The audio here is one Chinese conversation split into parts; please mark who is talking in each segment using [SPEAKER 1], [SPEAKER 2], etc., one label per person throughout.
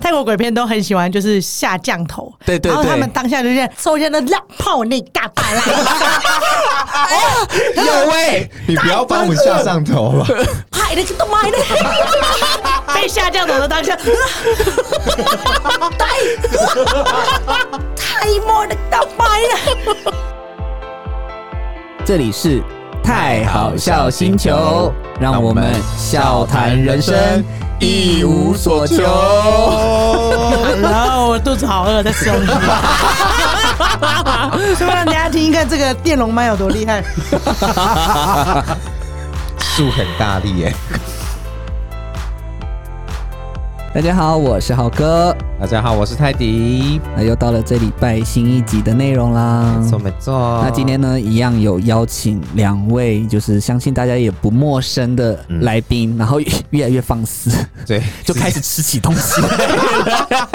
[SPEAKER 1] 泰国鬼片都很喜欢，就是下降头，
[SPEAKER 2] 对对
[SPEAKER 1] 然后他
[SPEAKER 2] 对
[SPEAKER 1] 们当下就是首先的浪泡你大白啦，
[SPEAKER 2] 有哎、
[SPEAKER 3] 你不要帮我们下上头 了，
[SPEAKER 1] 嗨那个动脉那被下降头的当下，太太莫的大白了，
[SPEAKER 2] 这里是太好笑星球，让我们笑谈人生，一无所求。
[SPEAKER 3] 哎
[SPEAKER 1] 然后我肚子好饿，在吃东西。是不是让大家听一看这个电龙麦有多厉害？
[SPEAKER 3] 树很大力耶、
[SPEAKER 2] 大家好，我是浩哥，
[SPEAKER 3] 大家好，我是泰迪，
[SPEAKER 2] 那又到了这礼拜新一集的内容啦。
[SPEAKER 3] 怎么做？
[SPEAKER 2] 那今天呢，一样有邀请两位，就是相信大家也不陌生的来宾，然后越来越放肆，
[SPEAKER 3] 对
[SPEAKER 2] 就开始吃起东 西来了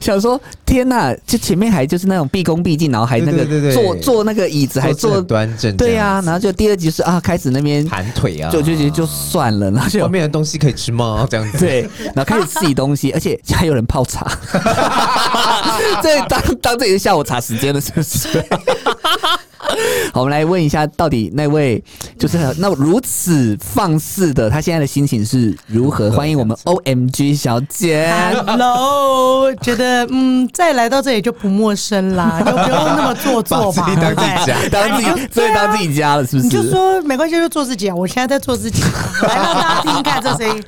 [SPEAKER 2] 想说天呐，就前面还就是那种毕恭毕敬，然后还那个
[SPEAKER 3] 对对对对
[SPEAKER 2] 坐坐那个椅子还
[SPEAKER 3] 坐
[SPEAKER 2] 坐
[SPEAKER 3] 正端正，
[SPEAKER 2] 对呀、
[SPEAKER 3] 呀、
[SPEAKER 2] 然后就第二集是啊，开始那边
[SPEAKER 3] 盘腿啊，
[SPEAKER 2] 就就就就算了，然后
[SPEAKER 3] 外
[SPEAKER 2] 就
[SPEAKER 3] 面的东西可以吃吗？这样 子，
[SPEAKER 2] 对，然后开始自己东西，而且还有人泡 茶，这当当这也是下午茶时间了，是不是？好，我们来问一下，到底那位就是那如此放肆的，他现在的心情是如
[SPEAKER 3] 嗯
[SPEAKER 2] 何？欢迎我们 O M G 小姐。
[SPEAKER 1] Hello，觉得嗯，再来到这里就不陌生啦，就不用那么做作吧，
[SPEAKER 3] 把自己
[SPEAKER 1] 对
[SPEAKER 3] 当
[SPEAKER 1] 不
[SPEAKER 3] 自己
[SPEAKER 1] 对？
[SPEAKER 3] 家，
[SPEAKER 2] 当自己，真的当自己家了，
[SPEAKER 3] 啊
[SPEAKER 2] 是不？
[SPEAKER 1] 你就是说没关系，就做自己啊！我现在在做自 己，来让大家听听看这 声音。啊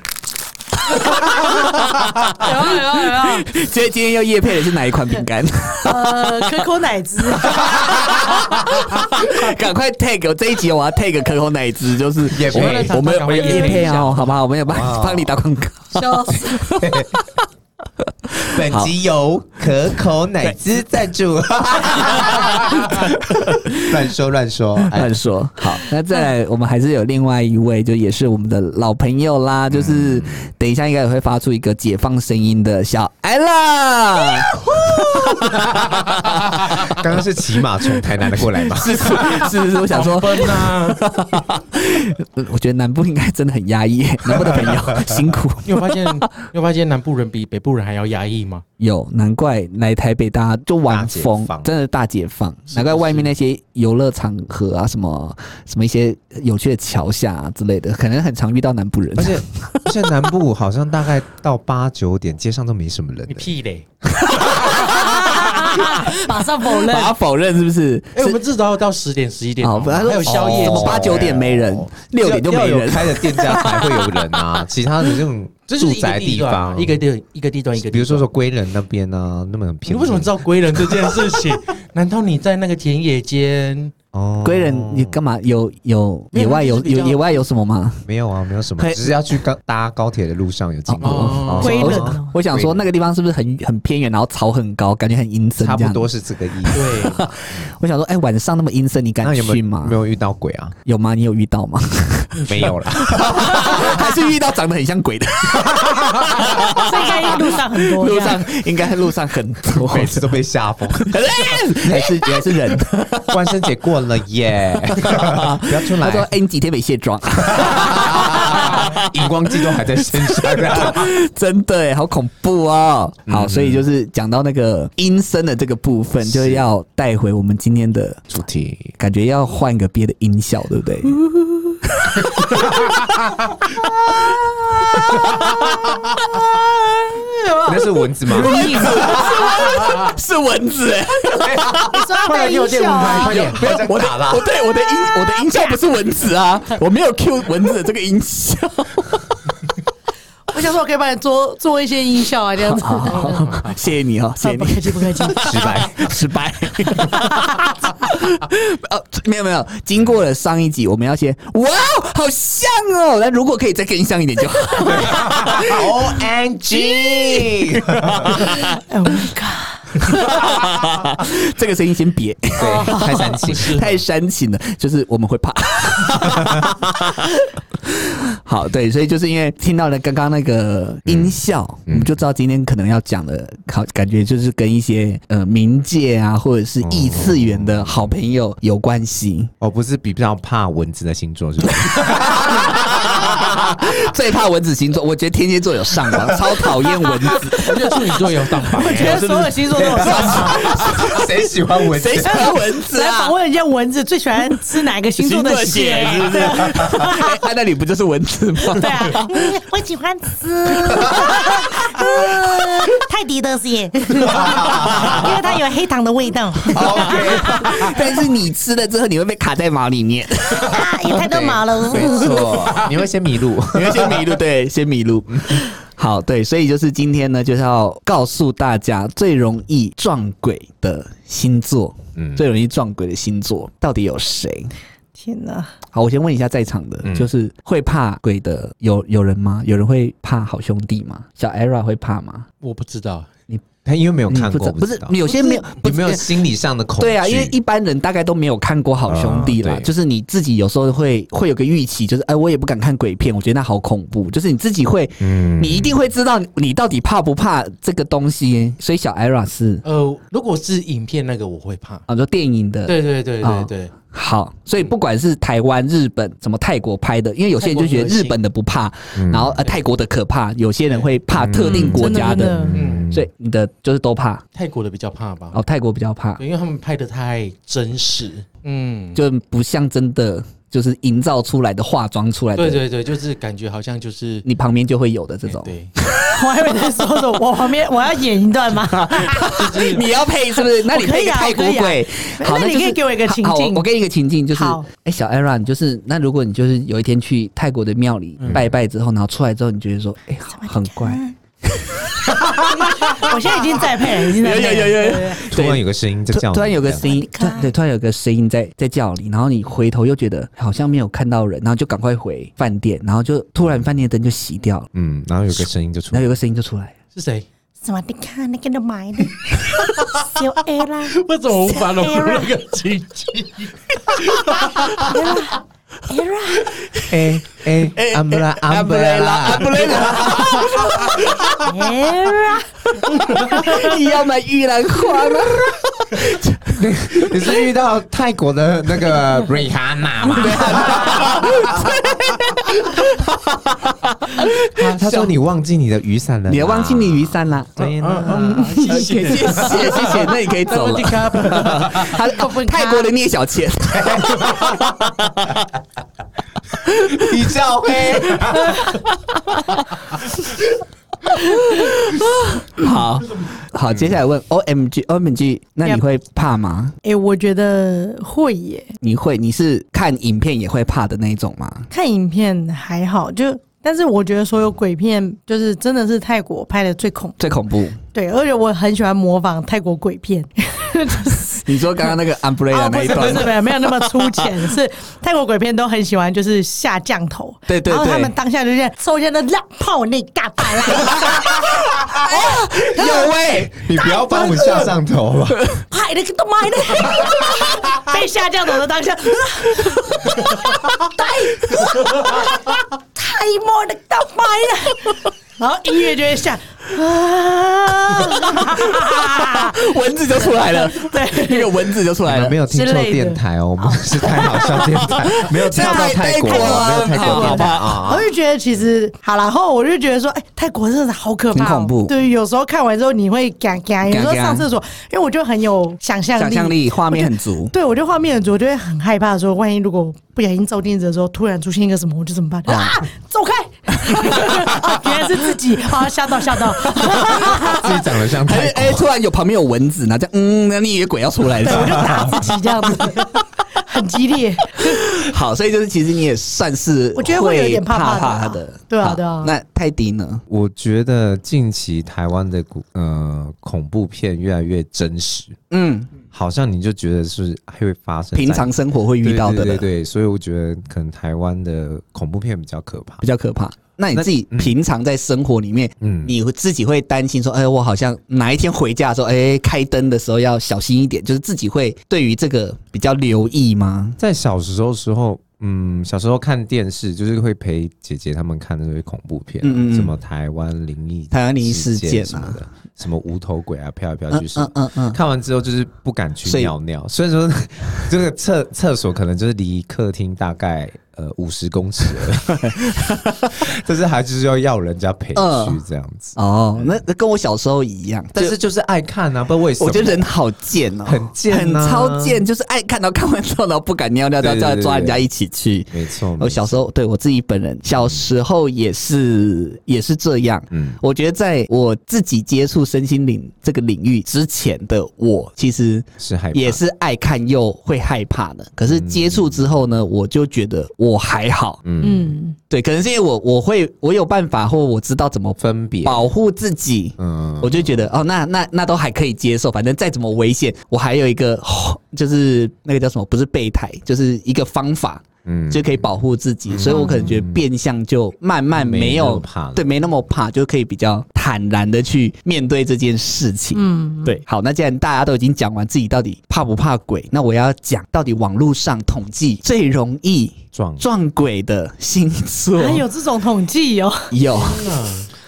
[SPEAKER 4] 有有有，
[SPEAKER 2] 所以今天要夜配的是哪一款饼 干？
[SPEAKER 1] 呃，可口奶汁，
[SPEAKER 2] 赶快 tag 我这一集，我要 tag 可口奶汁，就是
[SPEAKER 3] 业
[SPEAKER 2] 我
[SPEAKER 3] 配
[SPEAKER 2] 们我们
[SPEAKER 3] 赶
[SPEAKER 2] 我
[SPEAKER 3] 快
[SPEAKER 2] 们有
[SPEAKER 3] 业
[SPEAKER 2] 夜
[SPEAKER 3] 配
[SPEAKER 2] 配
[SPEAKER 3] 一下
[SPEAKER 2] 哦，好不好？我们有帮
[SPEAKER 3] 哇
[SPEAKER 2] 帮你打广告。
[SPEAKER 4] 笑死！
[SPEAKER 3] 本集由可口奶汁赞助，乱说乱说，哎
[SPEAKER 2] 乱说好，那再来，我们还是有另外一位，就也是我们的老朋友
[SPEAKER 3] 嗯
[SPEAKER 2] 啦，就是嗯等一下应该也会发出一个解放声音的小艾啦，
[SPEAKER 3] 刚刚是骑马从台南的过来吧？
[SPEAKER 2] 是是是是，我想 说，
[SPEAKER 5] 奔啊！
[SPEAKER 2] 我觉得南部应该真的很压 抑，南部的朋友辛苦，
[SPEAKER 5] 你有发现，你有发现南部人比北部人还要压抑吗？
[SPEAKER 2] 有难怪来台北大家就玩
[SPEAKER 3] 大
[SPEAKER 2] 疯
[SPEAKER 3] 解，放
[SPEAKER 2] 真的大解放，难怪外面那些游乐场合啊，什么什么一些有趣的桥下啊之类的，可能很常遇到南部人
[SPEAKER 3] 而。且而且南部好像大概到八九点，街上都没什么人
[SPEAKER 5] 你
[SPEAKER 3] 了。
[SPEAKER 5] 屁嘞！
[SPEAKER 1] 马上否认
[SPEAKER 2] 把。他否认是不是？
[SPEAKER 5] 哎，我们至少要到十点、十一点，
[SPEAKER 2] 哦，本来说
[SPEAKER 5] 还有宵夜
[SPEAKER 2] 怎么
[SPEAKER 5] 吃。
[SPEAKER 2] 八九点没人，六点就没
[SPEAKER 3] 要要有
[SPEAKER 2] 人。
[SPEAKER 3] 开的店家才会有人 啊，其他的这种
[SPEAKER 5] 这就是
[SPEAKER 3] 住
[SPEAKER 5] 一个
[SPEAKER 3] 宅
[SPEAKER 5] 地
[SPEAKER 3] 地
[SPEAKER 5] 段啊
[SPEAKER 3] 方，
[SPEAKER 5] 一个地一个地段一个地段。
[SPEAKER 3] 比如说说归仁那边啊，那么很
[SPEAKER 5] 你
[SPEAKER 3] 偏。
[SPEAKER 5] 为什么知道归人这件事情？ 难道你在那个田野间？
[SPEAKER 3] 哦
[SPEAKER 2] 归人，你干嘛？有有
[SPEAKER 5] 没
[SPEAKER 2] 野
[SPEAKER 5] 有
[SPEAKER 2] 外有
[SPEAKER 5] 就是比较
[SPEAKER 2] 有野外有什么吗？
[SPEAKER 3] 没有啊，没有什么，
[SPEAKER 2] 嘿
[SPEAKER 3] 只是要去高搭高铁的路上有经过。
[SPEAKER 5] 哦
[SPEAKER 3] 哦
[SPEAKER 1] 归
[SPEAKER 2] 我
[SPEAKER 1] 人
[SPEAKER 2] 想
[SPEAKER 1] 哦
[SPEAKER 2] 我想说那个地方是不是很很偏远，然后草很高，感觉很阴森
[SPEAKER 3] 差
[SPEAKER 2] 这
[SPEAKER 3] 不
[SPEAKER 2] 样。
[SPEAKER 3] 多是这个意思。
[SPEAKER 5] 对，
[SPEAKER 2] 我想说，哎，晚上那么阴森，你
[SPEAKER 3] 那
[SPEAKER 2] 敢
[SPEAKER 3] 有没
[SPEAKER 2] 去
[SPEAKER 3] 有
[SPEAKER 2] 吗
[SPEAKER 3] 没？有遇到鬼啊？
[SPEAKER 2] 有吗？你有遇到吗？
[SPEAKER 3] 没有啦，
[SPEAKER 2] 还是遇到长得很像鬼的？
[SPEAKER 1] 这应该路上很多，
[SPEAKER 2] 路上应该路上很 多。
[SPEAKER 3] 每次都被吓疯。
[SPEAKER 2] 还是还是人。
[SPEAKER 3] 万圣节过了耶，不要出
[SPEAKER 2] 他说：“
[SPEAKER 3] 来，
[SPEAKER 2] 哎，你几天没卸妆？
[SPEAKER 3] 荧光剂都还在身上啊。
[SPEAKER 2] 真的哎，好恐怖哦！
[SPEAKER 1] 嗯
[SPEAKER 2] 好，所以就是讲到那个阴森的这个部分，就要带回我们今天的
[SPEAKER 3] 主题
[SPEAKER 2] 感觉要换个别的音效，对不对？
[SPEAKER 3] 那是蚊子吗？
[SPEAKER 2] 啊是蚊子 哎、
[SPEAKER 1] 你说要带音效啊？
[SPEAKER 3] 点，不要
[SPEAKER 2] 我的
[SPEAKER 3] 打啦
[SPEAKER 2] 我！对我的音我的音效不是蚊子 啊，我没有 Q 蚊子的这个音效。
[SPEAKER 1] 我想说，我可以帮你做做一些音效啊，这样子。
[SPEAKER 2] 谢谢你哦，谢谢
[SPEAKER 1] 不
[SPEAKER 2] 你，
[SPEAKER 1] 客气，不客气。
[SPEAKER 2] 失败，失败。呃，没有没有，经过了上一集，我们要先哇，好像哦。那如果可以再更像一点就好。
[SPEAKER 3] O N G，
[SPEAKER 1] Oh my god！
[SPEAKER 2] 这个声音先别，
[SPEAKER 3] 对，太煽情。
[SPEAKER 2] 太煽情了，就是我们会怕。好，对，所以就是因为听到了刚刚那个音效，我们就知道今天可能要讲的，好，感觉就是跟一些呃冥界啊，或者是异次元的好朋友有关系。
[SPEAKER 3] 哦，不是比较怕蚊子的星座是吧？
[SPEAKER 2] 最怕蚊子星座，我觉得天蝎座有上吧，超讨厌蚊 子。
[SPEAKER 5] 我觉得处女座也有上榜，
[SPEAKER 1] 我觉得所有星座都 有上榜。
[SPEAKER 3] 谁喜欢蚊子
[SPEAKER 2] 谁？喜欢蚊子
[SPEAKER 1] 来
[SPEAKER 2] 啊
[SPEAKER 1] 访？问人家蚊子最喜欢吃哪个星座的血？
[SPEAKER 2] 星座的血是不是
[SPEAKER 1] 对啊
[SPEAKER 2] 哎啊，那里不就是蚊子吗？
[SPEAKER 1] 对啊，嗯 我喜欢吃嗯泰迪的 血，因为它有黑糖的味道，
[SPEAKER 2] 但是你吃了之后，你会被卡在毛里面，
[SPEAKER 1] 啊有太多毛了。
[SPEAKER 3] 没错，你会先迷路。
[SPEAKER 2] 你会先迷路，对，先迷路。好，对，所以就是今天呢，就是要告诉大家最容易撞鬼的星座，
[SPEAKER 3] 嗯
[SPEAKER 2] 最容易撞鬼的星座到底有谁？
[SPEAKER 1] 天哪！
[SPEAKER 2] 好，我先问一下在场的，
[SPEAKER 3] 嗯
[SPEAKER 2] 就是会怕鬼的有有人吗？有人会怕好兄弟吗？小 ERA 会怕吗？
[SPEAKER 5] 我不知道，
[SPEAKER 3] 他因为没有
[SPEAKER 2] 你
[SPEAKER 3] 看
[SPEAKER 2] 不知
[SPEAKER 3] 过，
[SPEAKER 2] 不是
[SPEAKER 3] 知道
[SPEAKER 2] 有些没有，不
[SPEAKER 3] 你没有心理上的恐惧。
[SPEAKER 2] 对啊，因为一般人大概都没有看过好兄弟
[SPEAKER 5] 啊
[SPEAKER 2] 啦，
[SPEAKER 3] 嗯对
[SPEAKER 2] 就是你自己有时候会会有个预期，就是哎，我也不敢看鬼片，我觉得那好恐怖，就是你自己会，
[SPEAKER 3] 嗯
[SPEAKER 2] 你一定会知道你到底怕不怕这个东西，所以小 ERA 是
[SPEAKER 5] 呃，如果是影片那个我会怕，
[SPEAKER 2] 啊，就电影的
[SPEAKER 5] 对对对
[SPEAKER 2] 啊
[SPEAKER 5] 对对，
[SPEAKER 2] 好，所以不管是台湾、日本、什么泰国拍的，因为有些人就觉得日本的不怕，
[SPEAKER 3] 嗯
[SPEAKER 2] 然后呃泰国的可怕，有些人会怕特定国家
[SPEAKER 1] 真
[SPEAKER 2] 的，
[SPEAKER 1] 的
[SPEAKER 5] 嗯，
[SPEAKER 2] 所以你的就是都怕
[SPEAKER 5] 泰国的比较怕吧，
[SPEAKER 2] 哦，泰国比较怕
[SPEAKER 5] 对，因为他们拍的太真实，嗯，
[SPEAKER 2] 就不像真的就是营造出来的化妆出来的，
[SPEAKER 5] 对对对，就是感觉好像就是哎
[SPEAKER 2] 你旁边就会有的这种。
[SPEAKER 5] 对，
[SPEAKER 1] 我还以为你在说什么，我旁边我要演一段吗？
[SPEAKER 2] 你要配是不是？那你配一个泰国
[SPEAKER 1] 我可
[SPEAKER 2] 鬼，好，
[SPEAKER 1] 那你
[SPEAKER 2] 就是
[SPEAKER 1] 可以给我一个情境
[SPEAKER 2] 好我我给你一个情境，就是
[SPEAKER 1] 好，
[SPEAKER 2] 哎，小 Aaron，你就是那如果你就是有一天去泰国的庙里拜拜之后，然后出来之后，你觉得说，哎，好很怪，
[SPEAKER 1] 我现在已经在配了，已经在配了。
[SPEAKER 2] 有有，
[SPEAKER 3] 突然有个声音在
[SPEAKER 2] 突
[SPEAKER 3] 叫你，
[SPEAKER 2] 突然有个
[SPEAKER 3] 这样
[SPEAKER 2] 声音，突然对，突然有个声音在在叫你，然后你回头又觉得好像没有看到人，然后就赶快回饭店，然后就突然饭店灯就熄掉了，
[SPEAKER 3] 嗯，然后有个声音就出
[SPEAKER 2] 然后
[SPEAKER 3] 来，
[SPEAKER 2] 有个声音就出来了。
[SPEAKER 5] 是谁？
[SPEAKER 6] สวัสดีค่ะนักดอกไม้ดิเซียวเอล่า
[SPEAKER 5] 为什么无法融入那个情境？
[SPEAKER 6] เอล่า
[SPEAKER 3] 哎哎，umbrella umbrella，
[SPEAKER 1] 哎呀
[SPEAKER 2] 你要买玉兰花吗？
[SPEAKER 3] 你是遇到泰国的那个 Rihanna 吗？他说你忘记你的雨伞了，
[SPEAKER 2] 你要忘记你雨伞啦。
[SPEAKER 3] 对啦，
[SPEAKER 2] 谢谢谢谢谢谢，那你可以走了。 他哦泰国的聂小倩，
[SPEAKER 3] 你叫黑，
[SPEAKER 2] 好
[SPEAKER 3] 嗯
[SPEAKER 2] 好，接下来问 O M G O M G，那你会怕吗？
[SPEAKER 1] 哎，我觉得会耶，
[SPEAKER 2] 你会你是看影片也会怕的那一种吗？
[SPEAKER 1] 看影片还好，就但是我觉得所有鬼片就是真的是泰国拍的最恐怖，
[SPEAKER 2] 最恐怖，
[SPEAKER 1] 对，而且我很喜欢模仿泰国鬼片，
[SPEAKER 2] 你说刚刚 那个 umbrella
[SPEAKER 1] 啊，不
[SPEAKER 2] 那一
[SPEAKER 1] 是不
[SPEAKER 2] 段
[SPEAKER 1] 是，没有没有那么粗浅， 是泰国鬼片都很喜欢就是下降头，
[SPEAKER 2] 对对
[SPEAKER 1] 然后他
[SPEAKER 2] 对
[SPEAKER 1] 们当下就是抽下的浪泡内嘎巴 啦，
[SPEAKER 2] 有喂，
[SPEAKER 3] 你不要帮我下上头吧？
[SPEAKER 1] 拍那个都买的，被下降头的 当下，
[SPEAKER 6] ไทยโมนักดอกไม้นะ
[SPEAKER 1] 然后音乐就会下。 啊！
[SPEAKER 2] 蚊子就出 来了，
[SPEAKER 1] 对，
[SPEAKER 2] 那个蚊子就出来
[SPEAKER 3] 你
[SPEAKER 2] 了
[SPEAKER 3] 们没。有听错电台哦，我们是太好笑电台，没有跳到泰国，没有
[SPEAKER 2] 啊
[SPEAKER 3] 泰国 电台啊
[SPEAKER 1] 我。就觉得其实好啦，然后我就觉得说，哎、泰国真的好可怕、哦，
[SPEAKER 2] 挺恐怖
[SPEAKER 1] 对，有时候看完之后你会嘎嘎，有时候
[SPEAKER 2] 嘎嘎
[SPEAKER 1] 上厕所，因为我就很有想象力，
[SPEAKER 2] 想 象力画面很足，
[SPEAKER 1] 对，我就画面很足，我就会很害怕说，万一如果不小心照镜子的时候突然出现一个什么，我就怎么办？啊，走 开！啊原来是自己，啊，吓到吓到。
[SPEAKER 3] 自己长得像
[SPEAKER 2] 还
[SPEAKER 3] 泰
[SPEAKER 2] 是哎，
[SPEAKER 3] 国，
[SPEAKER 2] 突然有旁边有蚊子，然后这样，嗯，那你以为鬼要出来
[SPEAKER 1] 对，我就
[SPEAKER 2] 了。
[SPEAKER 1] 打自己这样子，很激烈。
[SPEAKER 2] 好，所以就是其实你也算是，
[SPEAKER 1] 我觉得会有点怕
[SPEAKER 2] 怕
[SPEAKER 1] 怕的啊
[SPEAKER 2] 的。
[SPEAKER 1] 对啊
[SPEAKER 2] 好
[SPEAKER 1] 对啊
[SPEAKER 2] 那泰迪呢？
[SPEAKER 3] 我觉得近期台湾的古呃恐怖片越来越真实，
[SPEAKER 2] 嗯，
[SPEAKER 3] 好像你就觉得是会发生在
[SPEAKER 2] 平常生活会遇到的，
[SPEAKER 3] 对对对对，所以我觉得可能台湾的恐怖片比较可怕
[SPEAKER 2] 比。较可怕。那你
[SPEAKER 3] 那
[SPEAKER 2] 自己
[SPEAKER 3] 嗯
[SPEAKER 2] 平常在生活里面，
[SPEAKER 3] 嗯
[SPEAKER 2] 你会自己会担心说，哎，我好像哪一天回家的时候，哎，开灯的时候要小心一点，就是自己会对于这个比较留意吗？
[SPEAKER 3] 在小时候时候，嗯，小时候看电视就是会陪姐姐他们看那些恐怖片啊、
[SPEAKER 2] 嗯嗯嗯
[SPEAKER 3] 什么台湾灵异
[SPEAKER 2] 台湾灵异事件啊
[SPEAKER 3] 什么的，什么无头鬼啊，飘来飘
[SPEAKER 2] 嗯
[SPEAKER 3] 去什么
[SPEAKER 2] 嗯
[SPEAKER 3] 的。
[SPEAKER 2] 嗯嗯，
[SPEAKER 3] 看完之后就是不敢去
[SPEAKER 2] 所以
[SPEAKER 3] 尿尿，所以说这个厕厕所可能就是离客厅大概呃五十公尺 而已，但是还就是要要人家陪去这样子。
[SPEAKER 2] 哦，那那跟我小时候一样，
[SPEAKER 3] 但
[SPEAKER 2] 就是
[SPEAKER 3] 嗯就是爱看啊，不知道为什么。
[SPEAKER 2] 我觉得人好贱哦，
[SPEAKER 3] 很贱啊
[SPEAKER 2] 很超贱，就是爱看到看完之后，然后不敢尿尿，
[SPEAKER 3] 对
[SPEAKER 2] 要
[SPEAKER 3] 对
[SPEAKER 2] 叫
[SPEAKER 3] 对
[SPEAKER 2] 抓
[SPEAKER 3] 对
[SPEAKER 2] 人家一起去。
[SPEAKER 3] 没错，
[SPEAKER 2] 我
[SPEAKER 3] 没错
[SPEAKER 2] 哦小时候对我自己本人，小时候也是也是这样。
[SPEAKER 3] 嗯
[SPEAKER 2] 我觉得在我自己接触身心灵这个领域之前的我，其实
[SPEAKER 3] 是害怕嗯
[SPEAKER 2] 也是爱看又会害怕的。可是接触之后呢，我就觉得我还好。
[SPEAKER 1] 嗯，
[SPEAKER 2] 对，可能是因为我我会我有办法，或我知道怎么
[SPEAKER 3] 分别，
[SPEAKER 2] 保护自己。
[SPEAKER 3] 嗯，
[SPEAKER 2] 我就觉得哦，那那那都还可以接受，反正再怎么危险，我还有一个、哦就是那个叫什么，不是备胎，就是一个方法，
[SPEAKER 3] 嗯
[SPEAKER 2] 就可以保护自己。所以我可能觉得变相就慢慢没
[SPEAKER 3] 没那
[SPEAKER 2] 有
[SPEAKER 3] 么怕了
[SPEAKER 2] 对，没那么怕，就可以比较坦然的去面对这件事情。嗯，对。好，那既然大家都已经讲完自己到底怕不怕鬼，那我要讲到底网络上统计最容易
[SPEAKER 3] 撞
[SPEAKER 2] 撞鬼的星座
[SPEAKER 1] 还有这种统计哦，
[SPEAKER 2] 有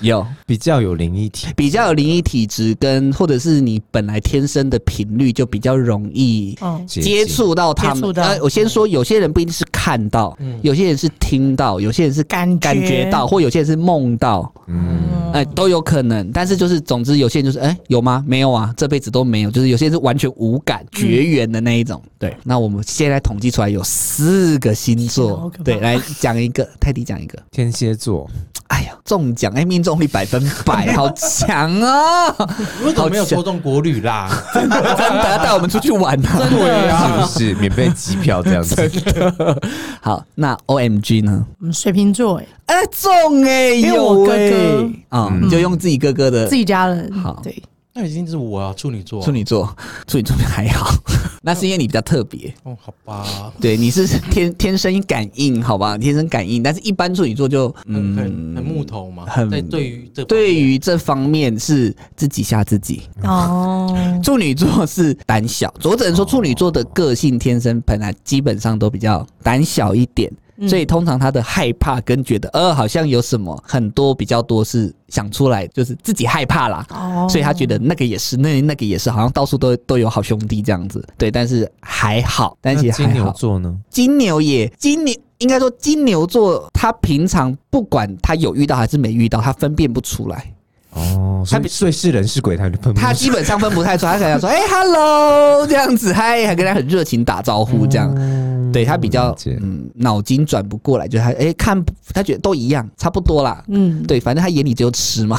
[SPEAKER 2] 有。
[SPEAKER 3] 比较有灵异体，
[SPEAKER 2] 比较有灵异体质，跟或者是你本来天生的频率就比较容易
[SPEAKER 1] 哦，
[SPEAKER 2] 接触到他
[SPEAKER 1] 接
[SPEAKER 2] 们呃
[SPEAKER 1] 触。到嗯
[SPEAKER 2] 我先说，有些人不一定是看到，有些人是听到，有些人是
[SPEAKER 1] 感觉
[SPEAKER 2] 感觉到，或有些人是梦到，
[SPEAKER 3] 嗯，
[SPEAKER 2] 哎、都有可能。但是就是，总之有些人就是，哎、有吗？没有啊，这辈子都没有。就是有些人是完全无
[SPEAKER 1] 嗯
[SPEAKER 2] 感、绝缘的那一种。对，那我们现在统计出来有四个星
[SPEAKER 1] 天啊好
[SPEAKER 2] 座
[SPEAKER 1] 可，怕
[SPEAKER 2] 对，来讲一个， 泰迪讲一个。
[SPEAKER 3] 天蝎座，
[SPEAKER 2] 哎呀，中奖哎，命中率百分 百，好强哦！
[SPEAKER 5] 为什么没有
[SPEAKER 2] 好强
[SPEAKER 5] 抽中国旅啦？
[SPEAKER 2] 真的要带我们出去玩 啊！
[SPEAKER 5] 对啊，
[SPEAKER 3] 是不是免费机票这样子？
[SPEAKER 2] 好，那 O M G 呢？
[SPEAKER 1] 我们水瓶座哎，
[SPEAKER 2] 哎、中哎、欸，
[SPEAKER 1] 因为我哥哥
[SPEAKER 2] 啊、你就用自己哥哥的
[SPEAKER 1] 自己家人
[SPEAKER 2] 好
[SPEAKER 1] 对，
[SPEAKER 5] 那已经是我啊，处女座。
[SPEAKER 2] 处女座， 处女座还好， 那是因为你比较特别，
[SPEAKER 5] 哦，好吧，
[SPEAKER 2] 对，你是天天生感应，好吧，天生感应，但是一般处女座就
[SPEAKER 5] 很很
[SPEAKER 2] 嗯，
[SPEAKER 5] 很木头嘛。
[SPEAKER 2] 很
[SPEAKER 5] 在对于这方面
[SPEAKER 2] 对于这方面是自己吓自己。
[SPEAKER 1] 哦，
[SPEAKER 2] 处女座是胆小，我只能说处女座的个性天生本来基本上都比较胆小一点，所以通常他的害怕跟觉得呃好像有什么很多比较多是想出来，就是自己害怕啦，
[SPEAKER 1] 哦
[SPEAKER 2] 所以他觉得那个也是，那那个也是，好像到处都都有好兄弟这样子，对，但是还好，但
[SPEAKER 3] 那
[SPEAKER 2] 其实
[SPEAKER 3] 金
[SPEAKER 2] 还
[SPEAKER 3] 牛
[SPEAKER 2] 好。
[SPEAKER 3] 座呢？
[SPEAKER 2] 金牛也金牛。应该说，金牛座他平常不管他有遇到还是没遇到，他分辨不出来。
[SPEAKER 3] 哦，所
[SPEAKER 2] 他
[SPEAKER 3] 以
[SPEAKER 2] 比
[SPEAKER 3] 所以是人是鬼，他就分不
[SPEAKER 2] 他
[SPEAKER 3] 出
[SPEAKER 2] 基本上分不太出来，他可 能说哎、h e l l o 这样子，嗨，还跟他很热情打招呼这
[SPEAKER 3] 嗯
[SPEAKER 2] 样。对他比较
[SPEAKER 3] 了解
[SPEAKER 2] 嗯脑筋转不过来，就他哎、看不他觉得都一样，差不多啦。
[SPEAKER 1] 嗯，
[SPEAKER 2] 对，反正他眼里只有吃嘛。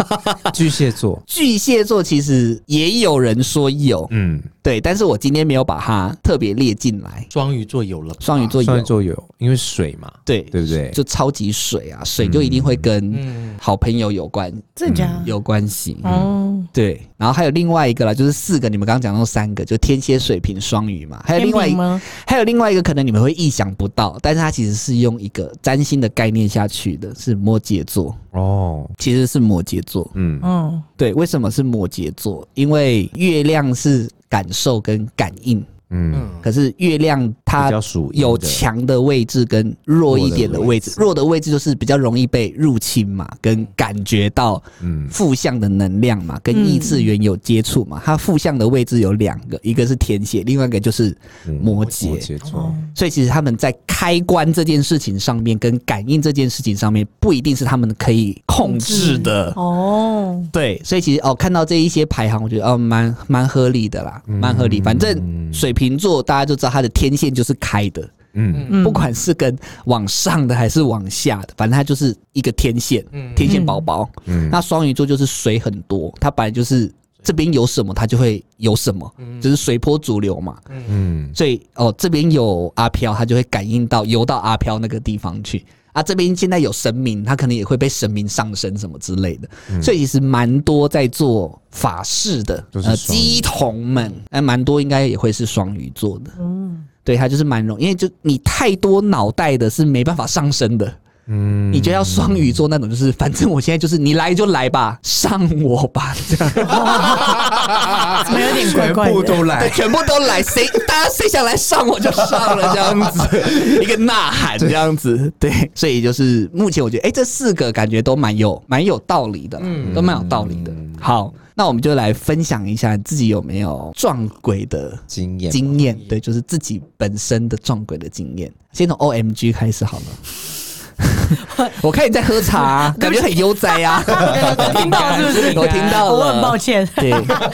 [SPEAKER 3] 巨蟹座，
[SPEAKER 2] 巨蟹座其实也有人说有，
[SPEAKER 3] 嗯，
[SPEAKER 2] 对，但是我今天没有把它特别列进来。
[SPEAKER 5] 双鱼座有了吧，
[SPEAKER 2] 双鱼座有，
[SPEAKER 3] 啊双鱼座有，因为水嘛，
[SPEAKER 2] 对
[SPEAKER 3] 对不对？
[SPEAKER 2] 就超级水啊，水就一定会跟
[SPEAKER 5] 嗯
[SPEAKER 2] 好朋友有关、
[SPEAKER 1] 真的假的？
[SPEAKER 2] 有关系。
[SPEAKER 3] 嗯
[SPEAKER 1] 哦，
[SPEAKER 2] 对，然后还有另外一个啦，就是四个，你们刚刚讲到三个，就天蝎、水瓶、双鱼嘛，还有另外一
[SPEAKER 1] 天秤吗
[SPEAKER 2] 还有另外一个可能你们会意想不到，但是它其实是用一个占星的概念下去的，是摩羯座，
[SPEAKER 3] 哦，
[SPEAKER 2] 其实是摩羯座。
[SPEAKER 3] 嗯，
[SPEAKER 1] 嗯，
[SPEAKER 2] 对，为什么是摩羯座？因为月亮是感受跟感应，
[SPEAKER 3] 嗯，
[SPEAKER 5] 嗯，
[SPEAKER 2] 可是月亮它
[SPEAKER 3] 比较属阴的
[SPEAKER 2] 有强的位置跟弱一点的位置，弱的位置就是比较容易被入侵嘛，跟感觉到
[SPEAKER 3] 嗯
[SPEAKER 2] 负向的能量嘛，跟异次元有接触嘛。它负向的位置有两个，一个是天蝎，另外一个就是
[SPEAKER 3] 嗯
[SPEAKER 2] 摩羯。
[SPEAKER 3] 摩羯
[SPEAKER 1] 哦
[SPEAKER 3] 座，
[SPEAKER 2] 所以其实他们在开关这件事情上面，跟感应这件事情上面，不一定是他们可以控制的。
[SPEAKER 1] 哦，
[SPEAKER 2] 对，所以其实哦，看到这一些排行，我觉得哦，蛮蛮合理的啦，蛮合理。反正水瓶座大家就知道它的天线就是开的，
[SPEAKER 3] 嗯，
[SPEAKER 1] 嗯
[SPEAKER 2] 不管是跟往上的还是往下的，反正它就是一个天线，天线宝宝。那双鱼座就是水很多，它本来就是这边有什么，它就会有什么，就是随波逐流嘛。
[SPEAKER 3] 嗯，
[SPEAKER 2] 所以哦，这边有阿飘，他就会感应到游到阿飘那个地方去。啊，这边现在有神明，他可能也会被神明上身什么之类的，所以其实蛮多在做法事的，
[SPEAKER 3] 嗯
[SPEAKER 2] 呃
[SPEAKER 3] 都是双鱼
[SPEAKER 2] 鸡童们，哎，蛮多应该也会是双鱼座的，嗯，对，他就是蛮容因为就你太多脑袋的是没办法上升的，嗯，你就要双鱼座那种，就是 反正我现在就是你来就来吧，上我吧，这样。
[SPEAKER 1] 怎么有点怪怪
[SPEAKER 3] 全部
[SPEAKER 1] 的？
[SPEAKER 3] 都
[SPEAKER 2] 对，
[SPEAKER 3] 来，
[SPEAKER 2] 全部都来， 谁大家谁想来上我就上了，这样子 一个呐喊，这样子，对，所嗯以就是目前我觉得，哎、这四个感觉都蛮有蛮有道理的啦，都蛮有道理的。好，那我们就来分享一下自己有没有撞鬼的
[SPEAKER 3] 经验
[SPEAKER 2] 经验，对，就是自己本身的撞鬼的经验。先从 O M G 开始 好了。我看你在喝茶、 啊，感觉很悠哉啊！
[SPEAKER 1] 听到是不是？
[SPEAKER 2] 我听到了，
[SPEAKER 1] 我很抱歉。
[SPEAKER 2] 对，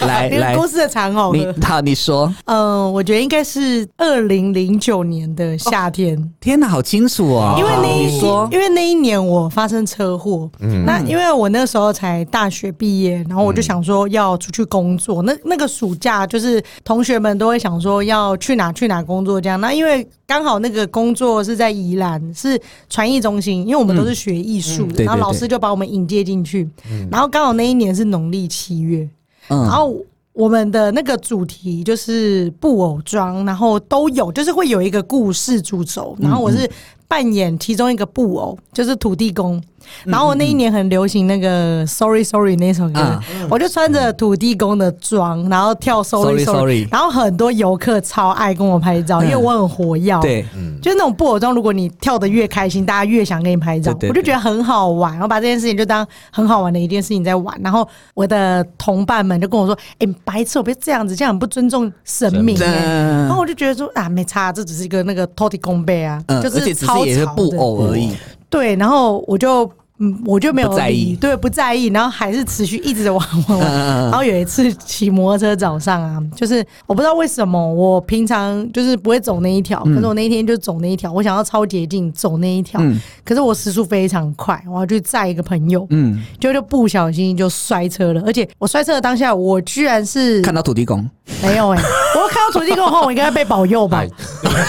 [SPEAKER 2] 来
[SPEAKER 1] 因为
[SPEAKER 2] 来，
[SPEAKER 1] 公司的茶很好喝。
[SPEAKER 2] 你好，你说，
[SPEAKER 1] 嗯，我觉得应该是二零零九年的夏天，
[SPEAKER 2] 天哪，好清楚哦！
[SPEAKER 1] 因为那
[SPEAKER 2] 你说嗯
[SPEAKER 1] 一因为那一年我发生车祸，那因为我那时候才大学毕业，然后我就想说要出去工作。那那个暑假就是同学们都会想说要去哪去哪工作这样。那因为刚好那个工作是在宜兰，是传艺中心，因为我们都是学艺术
[SPEAKER 2] 对
[SPEAKER 1] 的，然后
[SPEAKER 2] 嗯对嗯
[SPEAKER 1] 老
[SPEAKER 2] 对
[SPEAKER 1] 师就把我们引介进去。然后刚好那一年是农历七月，然
[SPEAKER 2] 嗯，
[SPEAKER 1] 后我们的那个主题就是布偶装，然后都有，就是会有一个故事主轴，然后我
[SPEAKER 2] 嗯
[SPEAKER 1] 是扮演其中一个布偶，就是土地公。
[SPEAKER 2] 嗯
[SPEAKER 1] 然后我那一年很流行那个《Sorry Sorry》那首歌，
[SPEAKER 2] 嗯
[SPEAKER 1] 我就穿着土地公的装，然后跳 Sorry
[SPEAKER 2] Sorry Sorry
[SPEAKER 1] 然后很多游客超爱跟我拍照，
[SPEAKER 2] 嗯
[SPEAKER 1] 因为我很活跃。
[SPEAKER 2] 对，
[SPEAKER 1] 就是那种布偶装，如果你跳得越开心，大家越想跟你拍照，
[SPEAKER 2] 对对对
[SPEAKER 1] 我就觉得很好玩。然后把这件事情就当很好玩的一件事情在玩。然后我的同伴们就跟我说：“哎、你白痴，我别这样子，这样很不尊重神明、
[SPEAKER 2] 真
[SPEAKER 1] 欸。”然后我就觉得说啊，没差，这只是一个那个托地公杯啊，
[SPEAKER 2] 嗯，
[SPEAKER 1] 就
[SPEAKER 2] 而且
[SPEAKER 1] 是
[SPEAKER 2] 只
[SPEAKER 1] 超
[SPEAKER 2] 是也是
[SPEAKER 1] 吵
[SPEAKER 2] 布
[SPEAKER 1] 的
[SPEAKER 2] 偶而已，
[SPEAKER 1] 对，然后我就嗯，我就没有
[SPEAKER 2] 不在意嗯
[SPEAKER 1] 理对，不在意，然后还是持续一直 地玩玩玩。然后有一次骑摩托车早上啊，就是我不知道为什么我平常就是不会走那一条，可是我那一天就走那一条，我想要超捷径走那一条，
[SPEAKER 2] 嗯
[SPEAKER 1] 可是我时速非常快，我要去载一个朋友，
[SPEAKER 2] 嗯，
[SPEAKER 1] 结果就不小心就摔车了，而且我摔车的当下，我居然是
[SPEAKER 2] 看到土地 公，
[SPEAKER 1] 没有哎、我看到土地公后，我应该被保佑吧
[SPEAKER 3] 哎？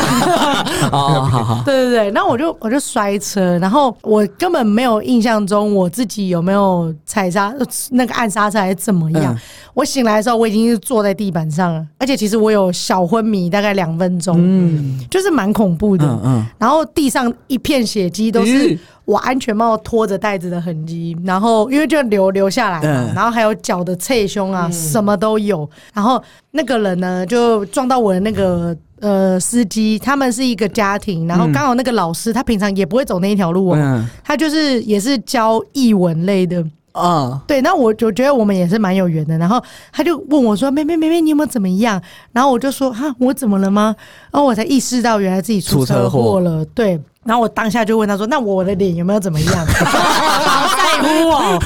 [SPEAKER 2] 哦，好好，
[SPEAKER 1] 对对对，然后我就我就摔车，然后我根本没有印象中我自己有没有踩刹呃那个按刹车还是怎么样。
[SPEAKER 2] 嗯
[SPEAKER 1] 我醒来的时候，我已经是坐在地板上了，而且其实我有小昏迷大概两分钟，嗯，就是蛮恐怖的。
[SPEAKER 2] 嗯嗯，
[SPEAKER 1] 然后地上一片血迹，都是我安全帽拖着带子的痕迹，然后因为就流流下来嘛
[SPEAKER 2] 嗯，
[SPEAKER 1] 然后还有脚的侧胸啊，什么都有。然后那个人呢，就撞到我的那个。呃，司机他们是一个家庭，然后刚好那个老师他平常也不会走那一条路哦，
[SPEAKER 2] 嗯
[SPEAKER 1] 他就是也是教译文类的，
[SPEAKER 2] 嗯，
[SPEAKER 1] 对，那我我觉得我们也是蛮有缘的。然后他就问我说：“妹妹，妹妹，你有没有怎么样？”然后我就说：“哈，我怎么了吗？”然后我才意识到原来自己
[SPEAKER 2] 出
[SPEAKER 1] 出
[SPEAKER 2] 车
[SPEAKER 1] 车
[SPEAKER 2] 祸
[SPEAKER 1] 祸了。对，然后我当下就问他说：“那我的脸有没有怎么样？” 好在乎哦，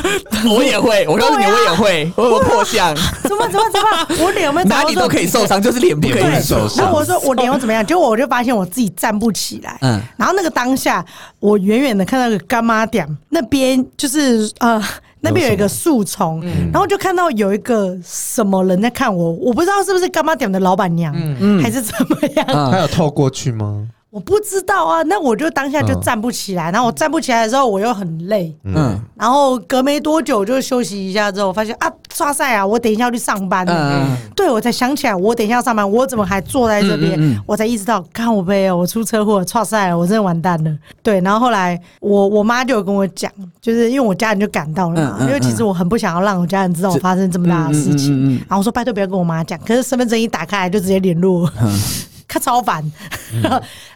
[SPEAKER 2] 我也会，我告诉你，我
[SPEAKER 1] 啊
[SPEAKER 2] 也会，我有 破相，
[SPEAKER 1] 怎么怎么怎么，我脸有没有怎么
[SPEAKER 2] 哪
[SPEAKER 1] 样？
[SPEAKER 2] 里都可以受伤，就是脸不可
[SPEAKER 1] 对，
[SPEAKER 2] 以
[SPEAKER 3] 受伤
[SPEAKER 1] 然后我说我脸又怎么样？结果我就发现我自己站不起来。
[SPEAKER 2] 嗯
[SPEAKER 1] 嗯，然后那个当下，我远远的看到一个干妈店那边，就是 呃。那边有一个树丛，然后就看到有一个什么人在看我，我不知道是不是干妈店的老板娘，
[SPEAKER 2] 嗯
[SPEAKER 1] 还是怎么样，
[SPEAKER 3] 他有透过去吗？
[SPEAKER 1] 我不知道啊。那我就当下就站不起来，然后我站不起来的时候，我又很累，
[SPEAKER 2] 嗯
[SPEAKER 1] 然后隔没多久就休息一下之后，我发现啊，刷赛啊，我等一下要去上班了。
[SPEAKER 2] 嗯
[SPEAKER 1] 对，我才想起来，我等一下要上班，我怎么还坐在这边？
[SPEAKER 2] 嗯嗯嗯
[SPEAKER 1] 我才意识到，看我呗，我出车祸了，刷赛了，啊我真的完蛋了。对，然后后来我我妈就有跟我讲，就是因为我家人就赶到了嘛，
[SPEAKER 2] 嗯嗯嗯
[SPEAKER 1] 因为其实我很不想要让我家人知道我发生这么大的事情，
[SPEAKER 2] 嗯嗯嗯嗯
[SPEAKER 1] 然后我说拜托不要跟我妈讲，可是身份证一打开来就直接联络我。
[SPEAKER 2] 嗯
[SPEAKER 1] 她超烦，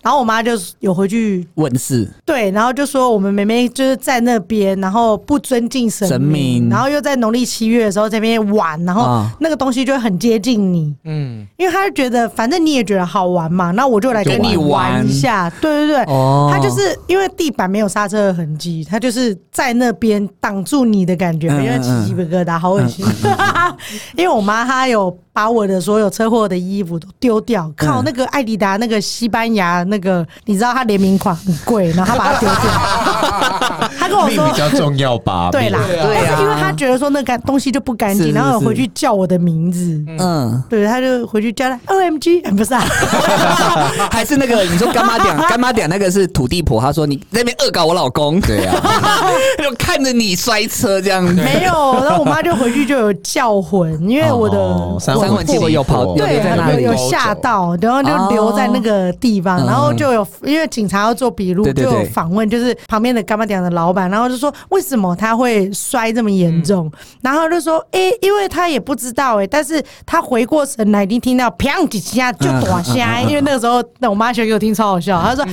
[SPEAKER 1] 然后我妈就有回去
[SPEAKER 2] 问世，
[SPEAKER 1] 对，然后就说我们妹妹就是在那边，然后不尊敬神
[SPEAKER 2] 神明
[SPEAKER 1] 然后又在农历七月的时候在那边玩，然后
[SPEAKER 2] 啊
[SPEAKER 1] 那个东西就会很接近你，
[SPEAKER 5] 嗯，
[SPEAKER 1] 因为他就觉得反正你也觉得好玩嘛，那我就来跟
[SPEAKER 2] 就
[SPEAKER 1] 你
[SPEAKER 2] 玩
[SPEAKER 1] 玩一下，对对对，
[SPEAKER 2] 哦
[SPEAKER 1] 他就是因为地板没有刹车的痕迹，他就是在那边挡住你的感觉，
[SPEAKER 2] 嗯
[SPEAKER 1] 因为
[SPEAKER 2] 嗯
[SPEAKER 1] 起鸡皮疙瘩，好恶心。 因为我妈她有把我的所有车祸的衣服都丢掉，靠那个艾迪达那个西班牙那个，你知道它联名款很贵，然后她把它丢掉。她跟我
[SPEAKER 3] 命比
[SPEAKER 1] 哦说。
[SPEAKER 3] 较重要吧？
[SPEAKER 1] 对啦，
[SPEAKER 3] 命
[SPEAKER 2] 啊
[SPEAKER 1] 但是因为她觉得说那个东西就不干
[SPEAKER 2] 是
[SPEAKER 1] 净，
[SPEAKER 2] 是
[SPEAKER 1] 然后有
[SPEAKER 2] 是
[SPEAKER 1] 回去叫我的名字，
[SPEAKER 2] 嗯，
[SPEAKER 1] 对，她就回去叫她 O M G，不是啊，
[SPEAKER 2] 还是那个你说干妈点，干妈点那个是土地婆，她说你在那边恶搞我老公，
[SPEAKER 3] 对呀，
[SPEAKER 2] 啊 就看着你摔车这样，
[SPEAKER 1] 没有，然后我妈就回去就有叫魂，因为我的、
[SPEAKER 3] 哦三
[SPEAKER 2] 三
[SPEAKER 3] 魂
[SPEAKER 2] 魂七魄有跑，有
[SPEAKER 1] 对
[SPEAKER 2] 留在那里
[SPEAKER 1] 有，有吓到，然后就留在那个地方，
[SPEAKER 2] 哦
[SPEAKER 1] 然后就有因为警察要做笔录，
[SPEAKER 2] 对对
[SPEAKER 1] 就
[SPEAKER 2] 对，
[SPEAKER 1] 有访问，就是旁边的干妈店的老板，然后就说为什么他会摔这么严重，然后就说诶、因为他也不知道诶、但是他回过神来，一定听到砰几下就短下，因为那个时候那我妈学给我听超好笑，她说诶、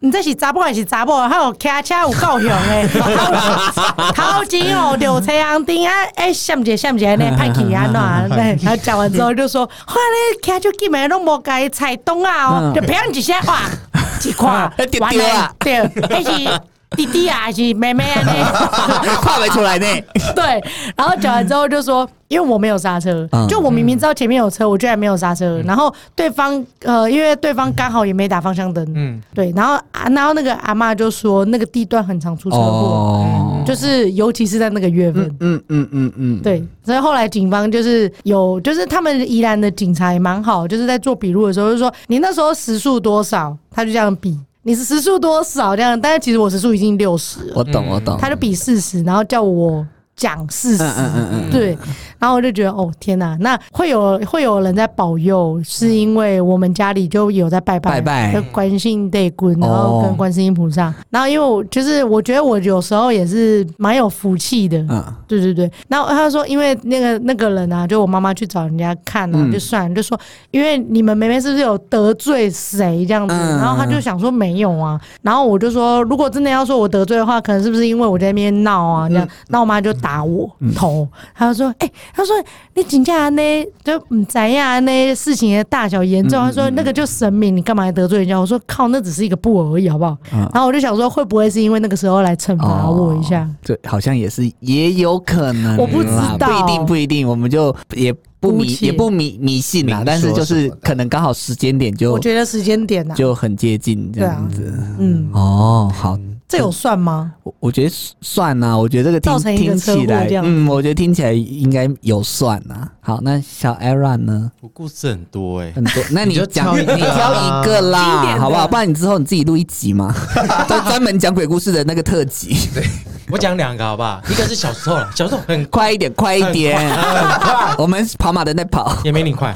[SPEAKER 1] 你这是查甫还是查某？还有开车有够凶诶，头前哦有车红灯啊，诶闪一下闪一下呢，派去安怎？对，然后讲完之后就说，哦后来开就进门拢无该踩动啊哦，就砰几下哇，一块
[SPEAKER 2] 丢丢啊
[SPEAKER 1] 对，那是弟弟啊，还是妹妹啊？ 那
[SPEAKER 2] 跨没出来呢。
[SPEAKER 1] 对，然后讲完之后就说，因为我没有刹车
[SPEAKER 2] 嗯，
[SPEAKER 1] 就我明明知道前面有车，我居然没有刹车。然后对方呃，因为对方刚好也没打方向灯，嗯，对。然后啊，然后那个阿妈就说，那个地段很常出车祸，
[SPEAKER 2] 哦，
[SPEAKER 1] 就是尤其是在那个月份。
[SPEAKER 2] 嗯嗯嗯嗯，
[SPEAKER 1] 对，所以后来警方就是有，就是他们宜兰的警察也蛮好，就是在做笔录的时候就说你那时候时速多少，他就这样比你是时速多少这样，但是其实我时速已经六十了，
[SPEAKER 2] 我懂我懂。
[SPEAKER 1] 他就比四十，然后叫我讲四十，
[SPEAKER 2] 嗯嗯嗯
[SPEAKER 1] 对，然后我就觉得哦天哪，那会有会有人在保佑，是因为我们家里就有在拜拜，
[SPEAKER 2] 拜拜哦
[SPEAKER 1] 就观世音对滚，然后跟观世音菩萨，然后因为我就是我觉得我有时候也是蛮有福气的，
[SPEAKER 2] 嗯
[SPEAKER 1] 对对对，然后他说，因为那个那个人啊，就我妈妈去找人家看啊，
[SPEAKER 2] 嗯
[SPEAKER 1] 就算了就说，因为你们妹妹是不是有得罪谁这样子？
[SPEAKER 2] 嗯
[SPEAKER 1] 然后他就想说没有啊，然后我就说，如果真的要说我得罪的话，可能是不是因为我在那边闹
[SPEAKER 2] 嗯
[SPEAKER 1] 啊这样？那我妈就打我头，她就说，哎、她说你请假呢，就嗯怎样呢？事情的大小严
[SPEAKER 2] 嗯
[SPEAKER 1] 重，她说那个就神明，你干嘛得罪人家？我说靠，那只是一个布偶而已，好不好？
[SPEAKER 2] 嗯
[SPEAKER 1] 然后我就想说，会不会是因为那个时候来惩罚我一下？
[SPEAKER 2] 哦这好像也是，也有可能啦，
[SPEAKER 1] 我不知道
[SPEAKER 2] 不一定，不一定，我们就也不迷
[SPEAKER 1] 姑，且
[SPEAKER 2] 也不迷迷信啦，
[SPEAKER 3] 明说
[SPEAKER 2] 但是就
[SPEAKER 3] 什
[SPEAKER 2] 是
[SPEAKER 3] 么的
[SPEAKER 2] 可能刚好时间点就
[SPEAKER 1] 我觉得时间点啊，
[SPEAKER 2] 就很接近这样子。
[SPEAKER 1] 嗯，
[SPEAKER 2] 哦，好，
[SPEAKER 1] 这有算吗？
[SPEAKER 2] 我我觉得算啦、我觉得这个
[SPEAKER 1] 造成
[SPEAKER 2] 听
[SPEAKER 1] 一个
[SPEAKER 2] 听
[SPEAKER 1] 车祸
[SPEAKER 2] 起来
[SPEAKER 1] 这，样
[SPEAKER 2] 嗯，我觉得听起来应该有算啦、好，那小 Aaron 呢？
[SPEAKER 5] 我故事很多哎、
[SPEAKER 2] 很 多，那你
[SPEAKER 3] 你就
[SPEAKER 2] 讲
[SPEAKER 3] 挑
[SPEAKER 2] 你
[SPEAKER 3] 一个
[SPEAKER 2] 挑
[SPEAKER 3] 啊
[SPEAKER 2] 一个
[SPEAKER 1] 经
[SPEAKER 2] 啦，
[SPEAKER 1] 典的
[SPEAKER 2] 好不好？不然你之后你自己录一集嘛， 专专门讲鬼故事的那个特辑，
[SPEAKER 5] 我讲两个好不好？一个是小时候了，小时候 很
[SPEAKER 2] 快一点，快一点，我们跑马灯在跑，
[SPEAKER 5] 也没你快。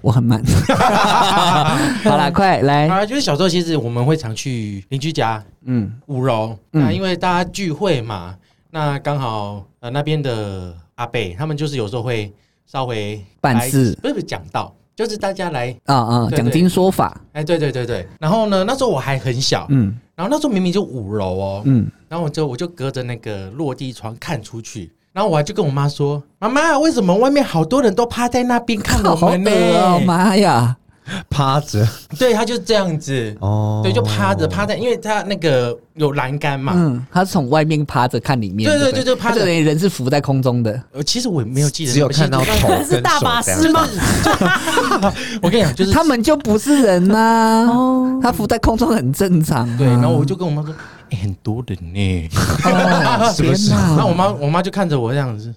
[SPEAKER 2] 我很慢。 好 啦，快来，
[SPEAKER 5] 啊，就是小时候其实我们会常去邻居家
[SPEAKER 2] 嗯
[SPEAKER 5] 五楼，
[SPEAKER 2] 嗯
[SPEAKER 5] 那因为大家聚会嘛，那刚好呃那边的阿贝他们就是有时候会稍微
[SPEAKER 2] 办
[SPEAKER 5] 来
[SPEAKER 2] 事
[SPEAKER 5] 不是不是讲道，就是大家来，
[SPEAKER 2] 啊啊，
[SPEAKER 5] 对
[SPEAKER 2] 讲经说法，
[SPEAKER 5] 哎，对对对对。然后呢，那时候我还很小，
[SPEAKER 2] 嗯
[SPEAKER 5] 然后那时候明明就五楼哦，
[SPEAKER 2] 嗯，
[SPEAKER 5] 然后我就我就隔着那个落地窗看出去，然后我还就跟我妈说：“妈妈，为什么外面好多人都趴在那边看我
[SPEAKER 2] 好
[SPEAKER 5] 们呢
[SPEAKER 2] 恶哦，？”妈呀，
[SPEAKER 3] 趴着
[SPEAKER 5] 对，他就这样子，
[SPEAKER 3] 哦，
[SPEAKER 5] 对，就趴着趴在，因为他那个有栏杆嘛。
[SPEAKER 2] 嗯，他是从外面趴着看里面，
[SPEAKER 5] 啊对对
[SPEAKER 2] 不
[SPEAKER 5] 对就趴着
[SPEAKER 2] 他人人是浮在空中的，
[SPEAKER 5] 呃，其实我也没有记得，
[SPEAKER 3] 嗯只有看到头。跟手
[SPEAKER 1] 大法
[SPEAKER 3] 这样
[SPEAKER 1] 师 吗？
[SPEAKER 5] 我跟你讲，就是哦
[SPEAKER 2] 他们就不是人呐，他浮在空中很正常啊。
[SPEAKER 5] 对，然后我就跟我妈说：“哎，很多人 呢。
[SPEAKER 2] 哦，
[SPEAKER 3] 是不是
[SPEAKER 2] 天哪
[SPEAKER 5] 然后我妈我妈就看着我这样子，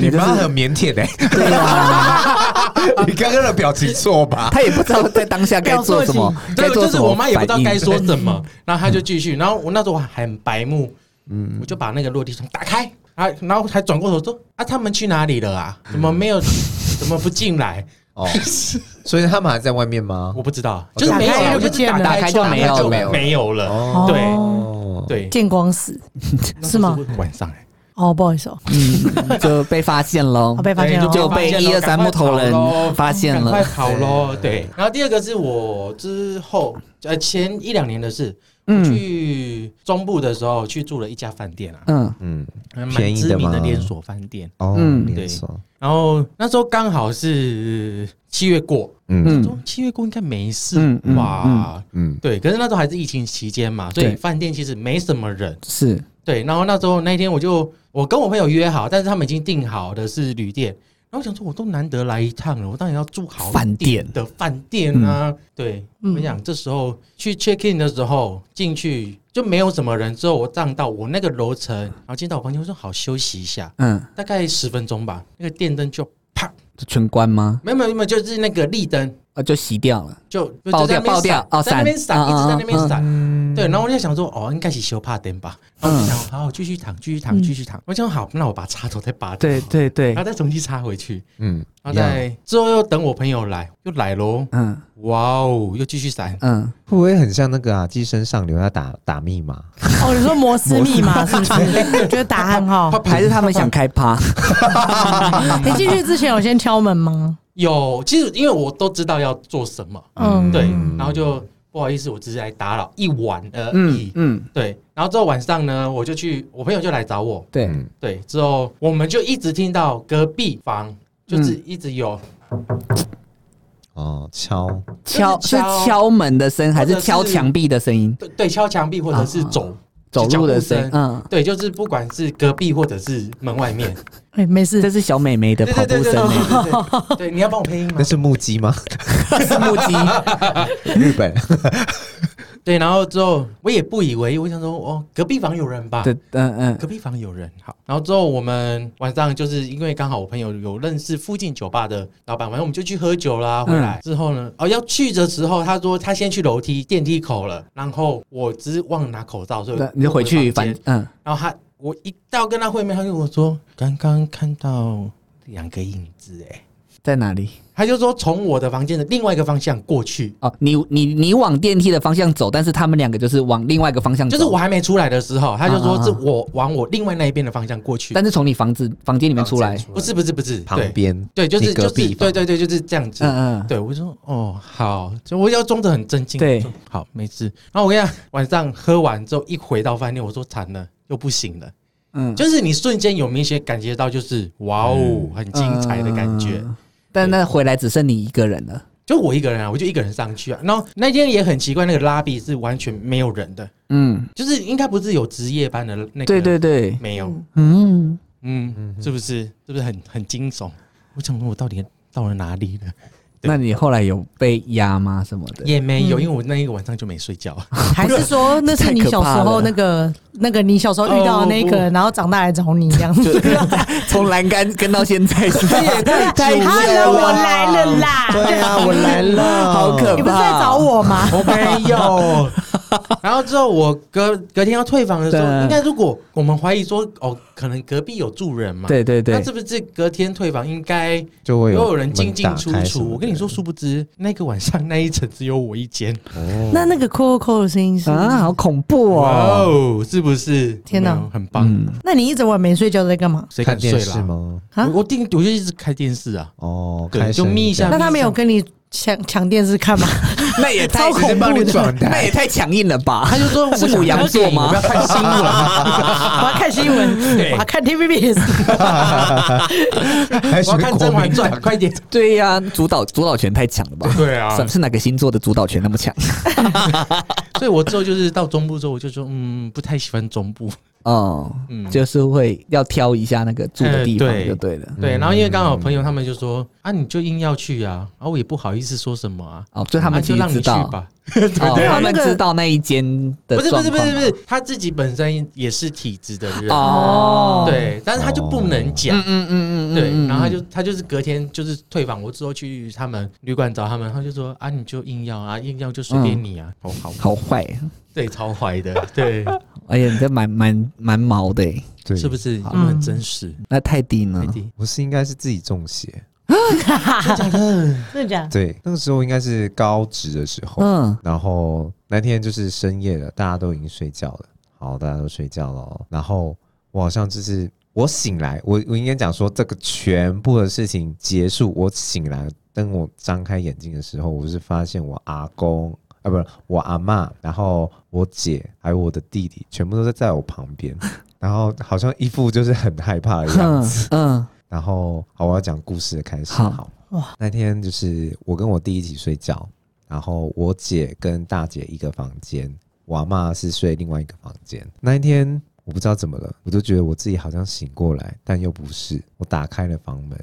[SPEAKER 3] 你妈 很腼腆哎、
[SPEAKER 2] 对啊，
[SPEAKER 3] 你刚刚的表情错吧？
[SPEAKER 2] 他也不知道在当下该做什么，该做
[SPEAKER 5] 对，就
[SPEAKER 2] 什
[SPEAKER 5] 是
[SPEAKER 2] 么
[SPEAKER 5] 我妈也不知道
[SPEAKER 2] 反应
[SPEAKER 5] 该说什么，然后她就继续，然后我那时候我还很白目，嗯，我就把那个落地窗打开，啊，然后还转过头说啊，他们去哪里了啊？怎么没有？怎么不进来？
[SPEAKER 3] 哦，所以他们还在外面吗？
[SPEAKER 5] 我不知道，就是没有
[SPEAKER 1] 打开
[SPEAKER 5] 了，
[SPEAKER 1] 就
[SPEAKER 5] 我就
[SPEAKER 1] 不
[SPEAKER 5] 是
[SPEAKER 1] 见了
[SPEAKER 5] 打开窗
[SPEAKER 2] 打开就
[SPEAKER 5] 就
[SPEAKER 2] 没
[SPEAKER 3] 有了
[SPEAKER 5] 没有了，
[SPEAKER 3] 哦，
[SPEAKER 5] 对对，
[SPEAKER 1] 见光 死是吗？
[SPEAKER 5] 晚上哎，
[SPEAKER 1] 哦，不好意思哦，
[SPEAKER 2] 嗯就被发现喽
[SPEAKER 1] 我，哎被发现
[SPEAKER 5] 对
[SPEAKER 2] 就
[SPEAKER 1] 了。
[SPEAKER 2] 被一二三木头人发现
[SPEAKER 5] 赶快
[SPEAKER 2] 了。
[SPEAKER 5] 跑喽！对，然后第二个是我之后呃前一两年的事，
[SPEAKER 1] 嗯
[SPEAKER 5] 我去中部的时候去住了一家饭店啊，
[SPEAKER 2] 嗯
[SPEAKER 3] 嗯，
[SPEAKER 5] 蛮
[SPEAKER 3] 便宜
[SPEAKER 5] 知
[SPEAKER 3] 的
[SPEAKER 5] 名
[SPEAKER 3] 吗
[SPEAKER 5] 的连锁饭店。
[SPEAKER 3] 哦，
[SPEAKER 2] 嗯
[SPEAKER 3] 没
[SPEAKER 5] 对
[SPEAKER 3] 错，
[SPEAKER 5] 然后那时候刚好是七月过，
[SPEAKER 3] 嗯
[SPEAKER 2] 嗯
[SPEAKER 5] 说七月过应该没事
[SPEAKER 2] 嗯嗯
[SPEAKER 5] 哇。
[SPEAKER 3] 嗯，
[SPEAKER 5] 对，可是那时候还是疫情期间嘛，所以
[SPEAKER 2] 对
[SPEAKER 5] 饭店其实没什么人。
[SPEAKER 2] 是
[SPEAKER 5] 对，然后那时候那一天我就我跟我朋友约好，但是他们已经订好的是旅店。然后我想说，我都难得来一趟了，我当然要住好一
[SPEAKER 2] 饭
[SPEAKER 5] 点
[SPEAKER 2] 店嗯
[SPEAKER 5] 的饭店啊。对，我想这时候去 check in 的时候进去就没有什么人，之后我站到我那个楼层，然后见到我朋友说好休息一下，
[SPEAKER 2] 嗯，
[SPEAKER 5] 大概十分钟吧，那个电灯就啪，
[SPEAKER 2] 全关吗？
[SPEAKER 5] 没有没有没有，就是那个立灯
[SPEAKER 2] 呃，就洗掉了。
[SPEAKER 5] 就
[SPEAKER 2] 爆掉
[SPEAKER 5] 就在那边
[SPEAKER 2] 爆掉
[SPEAKER 5] 闪
[SPEAKER 2] 哦
[SPEAKER 5] 在那边
[SPEAKER 2] 闪
[SPEAKER 5] 闪，一直在那
[SPEAKER 2] 嗯嗯
[SPEAKER 5] 边
[SPEAKER 2] 嗯
[SPEAKER 5] 闪。对，然后我就想说，哦，应该是修怕灯吧。然
[SPEAKER 2] 嗯
[SPEAKER 5] 后我就想，好，我继续躺，继续躺，继续躺。我想好，那我把插头再拔掉，
[SPEAKER 2] 对对
[SPEAKER 5] 然后再重新插回去，
[SPEAKER 3] 嗯，
[SPEAKER 5] 然后再之后又等我朋友来，又来喽，
[SPEAKER 2] 嗯
[SPEAKER 5] 哇哦，又继续闪。
[SPEAKER 2] 嗯，
[SPEAKER 3] 会不会很像那个啊？寄生上流要打打密码？
[SPEAKER 1] 哦，你说摩斯密码是不是？就是打暗号。
[SPEAKER 2] 还是他们想开趴？
[SPEAKER 1] 你哎进去之前有先敲门吗？
[SPEAKER 5] 有，其实因为我都知道要做什么，
[SPEAKER 1] 嗯，
[SPEAKER 5] 对，然后就不好意思，我只是来打扰一晚而
[SPEAKER 2] 嗯
[SPEAKER 5] 已。
[SPEAKER 2] 嗯，
[SPEAKER 5] 对，然后之后晚上呢，我就去，我朋友就来找我，
[SPEAKER 2] 对，
[SPEAKER 3] 嗯
[SPEAKER 5] 对，之后我们就一直听到隔壁房就是一直有，
[SPEAKER 3] 哦，敲
[SPEAKER 2] 敲
[SPEAKER 5] 就是是敲
[SPEAKER 2] 敲门的声，还
[SPEAKER 5] 或
[SPEAKER 2] 是
[SPEAKER 5] 者是
[SPEAKER 2] 敲墙壁的声音？
[SPEAKER 5] 对对敲墙壁或者是
[SPEAKER 2] 啊
[SPEAKER 5] 走
[SPEAKER 2] 走路的
[SPEAKER 5] 脚
[SPEAKER 2] 声
[SPEAKER 5] 步
[SPEAKER 2] 音？嗯，
[SPEAKER 5] 对，就是不管是隔壁或者是门外面，
[SPEAKER 1] 哎，没
[SPEAKER 2] 这
[SPEAKER 1] 事，
[SPEAKER 2] 是小美眉的
[SPEAKER 5] 对
[SPEAKER 2] 跑
[SPEAKER 5] 对对
[SPEAKER 2] 步
[SPEAKER 5] 对对
[SPEAKER 2] 声欸，
[SPEAKER 5] 对对，对，你要帮我配音吗
[SPEAKER 3] 那？是木屐吗？
[SPEAKER 2] 是木屐。
[SPEAKER 3] 日本
[SPEAKER 5] 对，然后之后我也不以为意，我想说哦，隔壁房有人吧，
[SPEAKER 2] 对，嗯嗯
[SPEAKER 5] 隔壁房有人好，然后之后我们晚上就是因为刚好我朋友有认识附近酒吧的老板，反正我们就去喝酒啦。回
[SPEAKER 2] 嗯
[SPEAKER 5] 来、之后呢，哦要去的时候，他说他先去楼梯电梯口了，然后我只是忘了拿口罩，所以
[SPEAKER 2] 对，你就回去
[SPEAKER 5] 房
[SPEAKER 2] 反
[SPEAKER 5] 间
[SPEAKER 2] 嗯，
[SPEAKER 5] 然后他我一到跟他会面，他就跟我说刚刚看到两个影子、欸，
[SPEAKER 2] 在哪里？
[SPEAKER 5] 他就说从我的房间的另外一个方向过去，
[SPEAKER 2] 哦，你你你往电梯的方向走，但是他们两个就是往另外一个方向走，
[SPEAKER 5] 就是我，还没出来的时候，他就
[SPEAKER 2] 啊啊
[SPEAKER 5] 说
[SPEAKER 2] 啊
[SPEAKER 5] 是我往我另外那一边的方向过去，
[SPEAKER 2] 但是从你房子房间里面出 来，
[SPEAKER 5] 不是不是不是，对
[SPEAKER 3] 旁边，
[SPEAKER 5] 对，就
[SPEAKER 3] 你
[SPEAKER 5] 是
[SPEAKER 3] 隔
[SPEAKER 5] 就是
[SPEAKER 3] 壁房
[SPEAKER 5] 对对对，就是这样子。
[SPEAKER 2] 嗯嗯，
[SPEAKER 5] 对，我就说哦好，就我要装得很震惊。
[SPEAKER 2] 对
[SPEAKER 5] 我说，好没事。然后我跟你讲，晚上喝完之后一回到饭店，我说惨了，又不行了。
[SPEAKER 2] 嗯，
[SPEAKER 5] 就是你瞬间有明显感觉到，就是哇哦，很精彩的感觉。
[SPEAKER 2] 嗯但那回来只剩你一个人了，
[SPEAKER 5] 就我一个人啊，我就一个人上去啊。然后那天也很奇怪，那个拉比是完全没有人的，
[SPEAKER 2] 嗯，
[SPEAKER 5] 就是应该不是有值夜班的那个，
[SPEAKER 2] 对，对对，
[SPEAKER 5] 没有，
[SPEAKER 2] 嗯，
[SPEAKER 5] 嗯，是不是？是不是很很惊悚？我想说，我到底到了哪里了？对
[SPEAKER 2] 那你后来有被压吗？什么的？
[SPEAKER 5] 也没有，因为我那一个晚上就没 睡觉。
[SPEAKER 1] 还是说那是你小时候那个那个你小时候遇到的那个，然后长大来找你这样 子？
[SPEAKER 2] 从栏杆 跟到现在是吧，
[SPEAKER 1] 太
[SPEAKER 3] 久了
[SPEAKER 1] 我哎来了啦！
[SPEAKER 3] 对啊，我来 了，
[SPEAKER 2] 好可怕！
[SPEAKER 1] 你不是在找我吗？
[SPEAKER 5] 我没有。 然后之后我隔隔天要退房的时
[SPEAKER 2] 对
[SPEAKER 5] 候，应该如果我们怀疑说哦，可能隔壁有住人嘛，，
[SPEAKER 2] 对对对
[SPEAKER 5] 那，是不是隔天退房应该
[SPEAKER 3] 就会
[SPEAKER 5] 都
[SPEAKER 3] 有
[SPEAKER 5] 有人进进出
[SPEAKER 3] 门打开什么
[SPEAKER 5] 出？
[SPEAKER 3] 的
[SPEAKER 5] 我跟你说，殊不知那个晚上那一层只有我一间，
[SPEAKER 3] 哦
[SPEAKER 1] 那那个扣扣的声音是？
[SPEAKER 2] 啊，好恐怖
[SPEAKER 5] 哇
[SPEAKER 2] 哦！嗯
[SPEAKER 5] 哦，是不是？
[SPEAKER 1] 天哪
[SPEAKER 5] 有没有很棒！
[SPEAKER 1] 那你一整晚没睡觉在干嘛？
[SPEAKER 5] 谁
[SPEAKER 3] 看
[SPEAKER 5] 敢睡
[SPEAKER 3] 电视
[SPEAKER 5] 啦？
[SPEAKER 3] 吗？
[SPEAKER 1] 啊
[SPEAKER 5] 我我定我就一直开电视 啊，
[SPEAKER 3] 哦，
[SPEAKER 5] 对
[SPEAKER 3] 开
[SPEAKER 5] 就
[SPEAKER 3] 声
[SPEAKER 5] 眯一下
[SPEAKER 1] 那他啊没有跟你抢抢电视 看吗？
[SPEAKER 2] 那也太
[SPEAKER 1] 超恐怖的
[SPEAKER 3] 直接帮你转台
[SPEAKER 2] 那也太强硬了吧？
[SPEAKER 5] 他就说我
[SPEAKER 2] 是
[SPEAKER 5] 想
[SPEAKER 2] 母羊
[SPEAKER 5] 看
[SPEAKER 2] 座
[SPEAKER 5] 电影
[SPEAKER 2] 吗
[SPEAKER 5] 我 不要看新
[SPEAKER 1] 我要看新
[SPEAKER 5] 闻啊，
[SPEAKER 1] 闻， 我要啊看 TVBS。
[SPEAKER 3] 还
[SPEAKER 5] 我要看《甄嬛传》，快点！
[SPEAKER 2] 对呀、主导主导权太强了吧？
[SPEAKER 5] 对啊
[SPEAKER 2] 是是哪个星座的主导权那么强？
[SPEAKER 5] 所以我之后就是到中部之后，我就说嗯，不太喜欢中部。
[SPEAKER 2] 哦，
[SPEAKER 5] 嗯
[SPEAKER 2] 就是会要挑一下那个住的地方
[SPEAKER 5] 哎对
[SPEAKER 2] 就对 了。
[SPEAKER 5] 对，然后因为刚好朋友他们就说啊，你就硬要去啊，然后我也不好意思说什么啊，
[SPEAKER 2] 哦，就他
[SPEAKER 5] 啊
[SPEAKER 2] 们其
[SPEAKER 5] 就
[SPEAKER 2] 实
[SPEAKER 5] 让你
[SPEAKER 2] 知
[SPEAKER 5] 去
[SPEAKER 2] 道，
[SPEAKER 5] 吧，啊
[SPEAKER 2] 哦，他们
[SPEAKER 1] 那个
[SPEAKER 2] 知道那一间的
[SPEAKER 5] 不是不
[SPEAKER 2] 状
[SPEAKER 5] 是
[SPEAKER 2] 况啊
[SPEAKER 5] 不是不是，他自己本身也是体质的人，
[SPEAKER 2] 哦，
[SPEAKER 5] 对，但是他就不能讲
[SPEAKER 2] 嗯，，嗯嗯嗯嗯，
[SPEAKER 5] 对，
[SPEAKER 2] 嗯
[SPEAKER 5] 然后他就他就是隔天就是退房，我之后去他们旅馆找他们，他就说啊，你就硬要啊，硬要就随便你啊，哦好，
[SPEAKER 2] 嗯好坏，
[SPEAKER 5] 对，超坏的，对，
[SPEAKER 2] 而且你这蛮蛮蛮毛的耶，
[SPEAKER 3] 对，
[SPEAKER 5] 是不
[SPEAKER 3] 是？
[SPEAKER 5] 是？
[SPEAKER 2] 嗯
[SPEAKER 5] 他们很真实，
[SPEAKER 2] 那泰迪呢
[SPEAKER 5] 泰？迪
[SPEAKER 3] 我是应该是自己中邪，
[SPEAKER 1] 真的假的？
[SPEAKER 3] 对，那个时候应该是高职的时候，
[SPEAKER 2] 嗯，
[SPEAKER 3] 然后那天就是深夜了，大家都已经睡觉了，好，大家都睡觉了哦，然后我好像就是我醒来，我我应该讲说这个全部的事情结束，我醒来，当我张开眼睛的时候，我是发现我阿公。啊，不是我阿嬷，然后我姐还有我的弟弟，全部都是在我旁边，然后好像一副就是很害怕的样
[SPEAKER 2] 嗯
[SPEAKER 3] 子。
[SPEAKER 2] 嗯，
[SPEAKER 3] 然后好，我要讲故事的开始。
[SPEAKER 2] 好
[SPEAKER 1] 哇，
[SPEAKER 3] 那天就是我跟我弟一起睡觉，然后我姐跟大姐一个房间，我阿妈是睡另外一个房间。那一天我不知道怎么了，我就觉得我自己好像醒过来，但又不是。我打开了房门，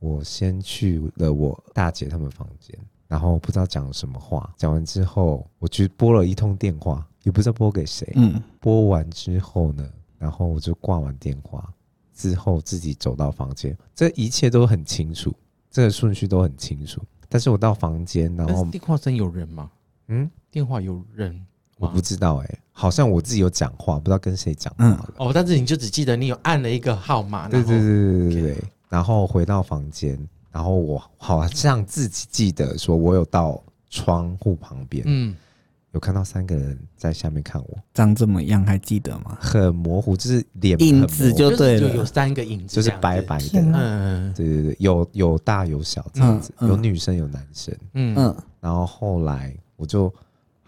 [SPEAKER 3] 我先去了我大姐他们房间，然后不知道讲了什么话。讲完之后，我去拨了一通电话，也不知道拨给谁。
[SPEAKER 2] 嗯，
[SPEAKER 3] 播完之后呢，然后我就挂完电话，之后自己走到房间，这一切都很清楚，这个顺序都很清楚。但是我到房间，然
[SPEAKER 5] 但是
[SPEAKER 3] 后
[SPEAKER 5] 电话声有人吗？
[SPEAKER 3] 嗯，
[SPEAKER 5] 电话有人
[SPEAKER 3] 我
[SPEAKER 5] 吗
[SPEAKER 3] 不？知道哎、好像我自己有讲话，不知道跟谁讲话
[SPEAKER 2] 嗯
[SPEAKER 3] 了。
[SPEAKER 5] 哦，但是你就只记得你有按了一个号码，
[SPEAKER 3] 对
[SPEAKER 5] 然后
[SPEAKER 3] 对对对对对。然后回到房间，然后我好像自己记得说，我有到窗户旁边，
[SPEAKER 5] 嗯，
[SPEAKER 3] 有看到三个人在下面看我，
[SPEAKER 2] 长怎么样还记得吗？
[SPEAKER 3] 很模糊，就是脸很
[SPEAKER 2] 影
[SPEAKER 3] 模
[SPEAKER 2] 子
[SPEAKER 3] 糊
[SPEAKER 2] 就对
[SPEAKER 5] 就
[SPEAKER 2] 了
[SPEAKER 5] 有三个影子，
[SPEAKER 3] 就是白白。
[SPEAKER 1] 天哪
[SPEAKER 3] 的。
[SPEAKER 5] 嗯
[SPEAKER 3] 对对对，有有大有小这样子，
[SPEAKER 2] 嗯嗯
[SPEAKER 3] 有女生有男生。
[SPEAKER 5] 嗯嗯，
[SPEAKER 2] 嗯，
[SPEAKER 3] 然后后来我就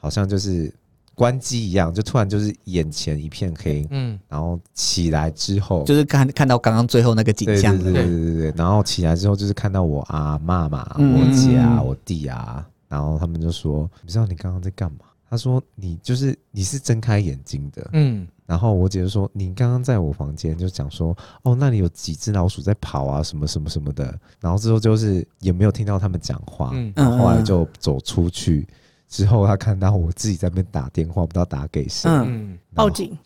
[SPEAKER 3] 好像就是关机一样，就突然就是眼前一片黑，
[SPEAKER 5] 嗯，
[SPEAKER 3] 然后起来之后
[SPEAKER 2] 就是看看到刚刚最后那个景
[SPEAKER 3] 对
[SPEAKER 2] 象了
[SPEAKER 3] 对对对对对，然后起来之后就是看到我阿妈嘛、
[SPEAKER 2] 嗯
[SPEAKER 3] 我姐啊、
[SPEAKER 2] 嗯
[SPEAKER 3] 我弟啊，然后他们就说：“你知道你刚刚在干嘛？”他说：“你就是你是睁开眼睛的。
[SPEAKER 5] 嗯，
[SPEAKER 3] 然后我姐就说：“你刚刚在我房间就讲说，哦，那里有几只老鼠在跑啊，什么什么什么的。”然后之后就是也没有听到他们讲话，
[SPEAKER 5] 嗯
[SPEAKER 3] 然后后来就走出去。之后他看到我自己在那边打电话，不知道打给谁。
[SPEAKER 2] 嗯，
[SPEAKER 5] 嗯，
[SPEAKER 1] 报警，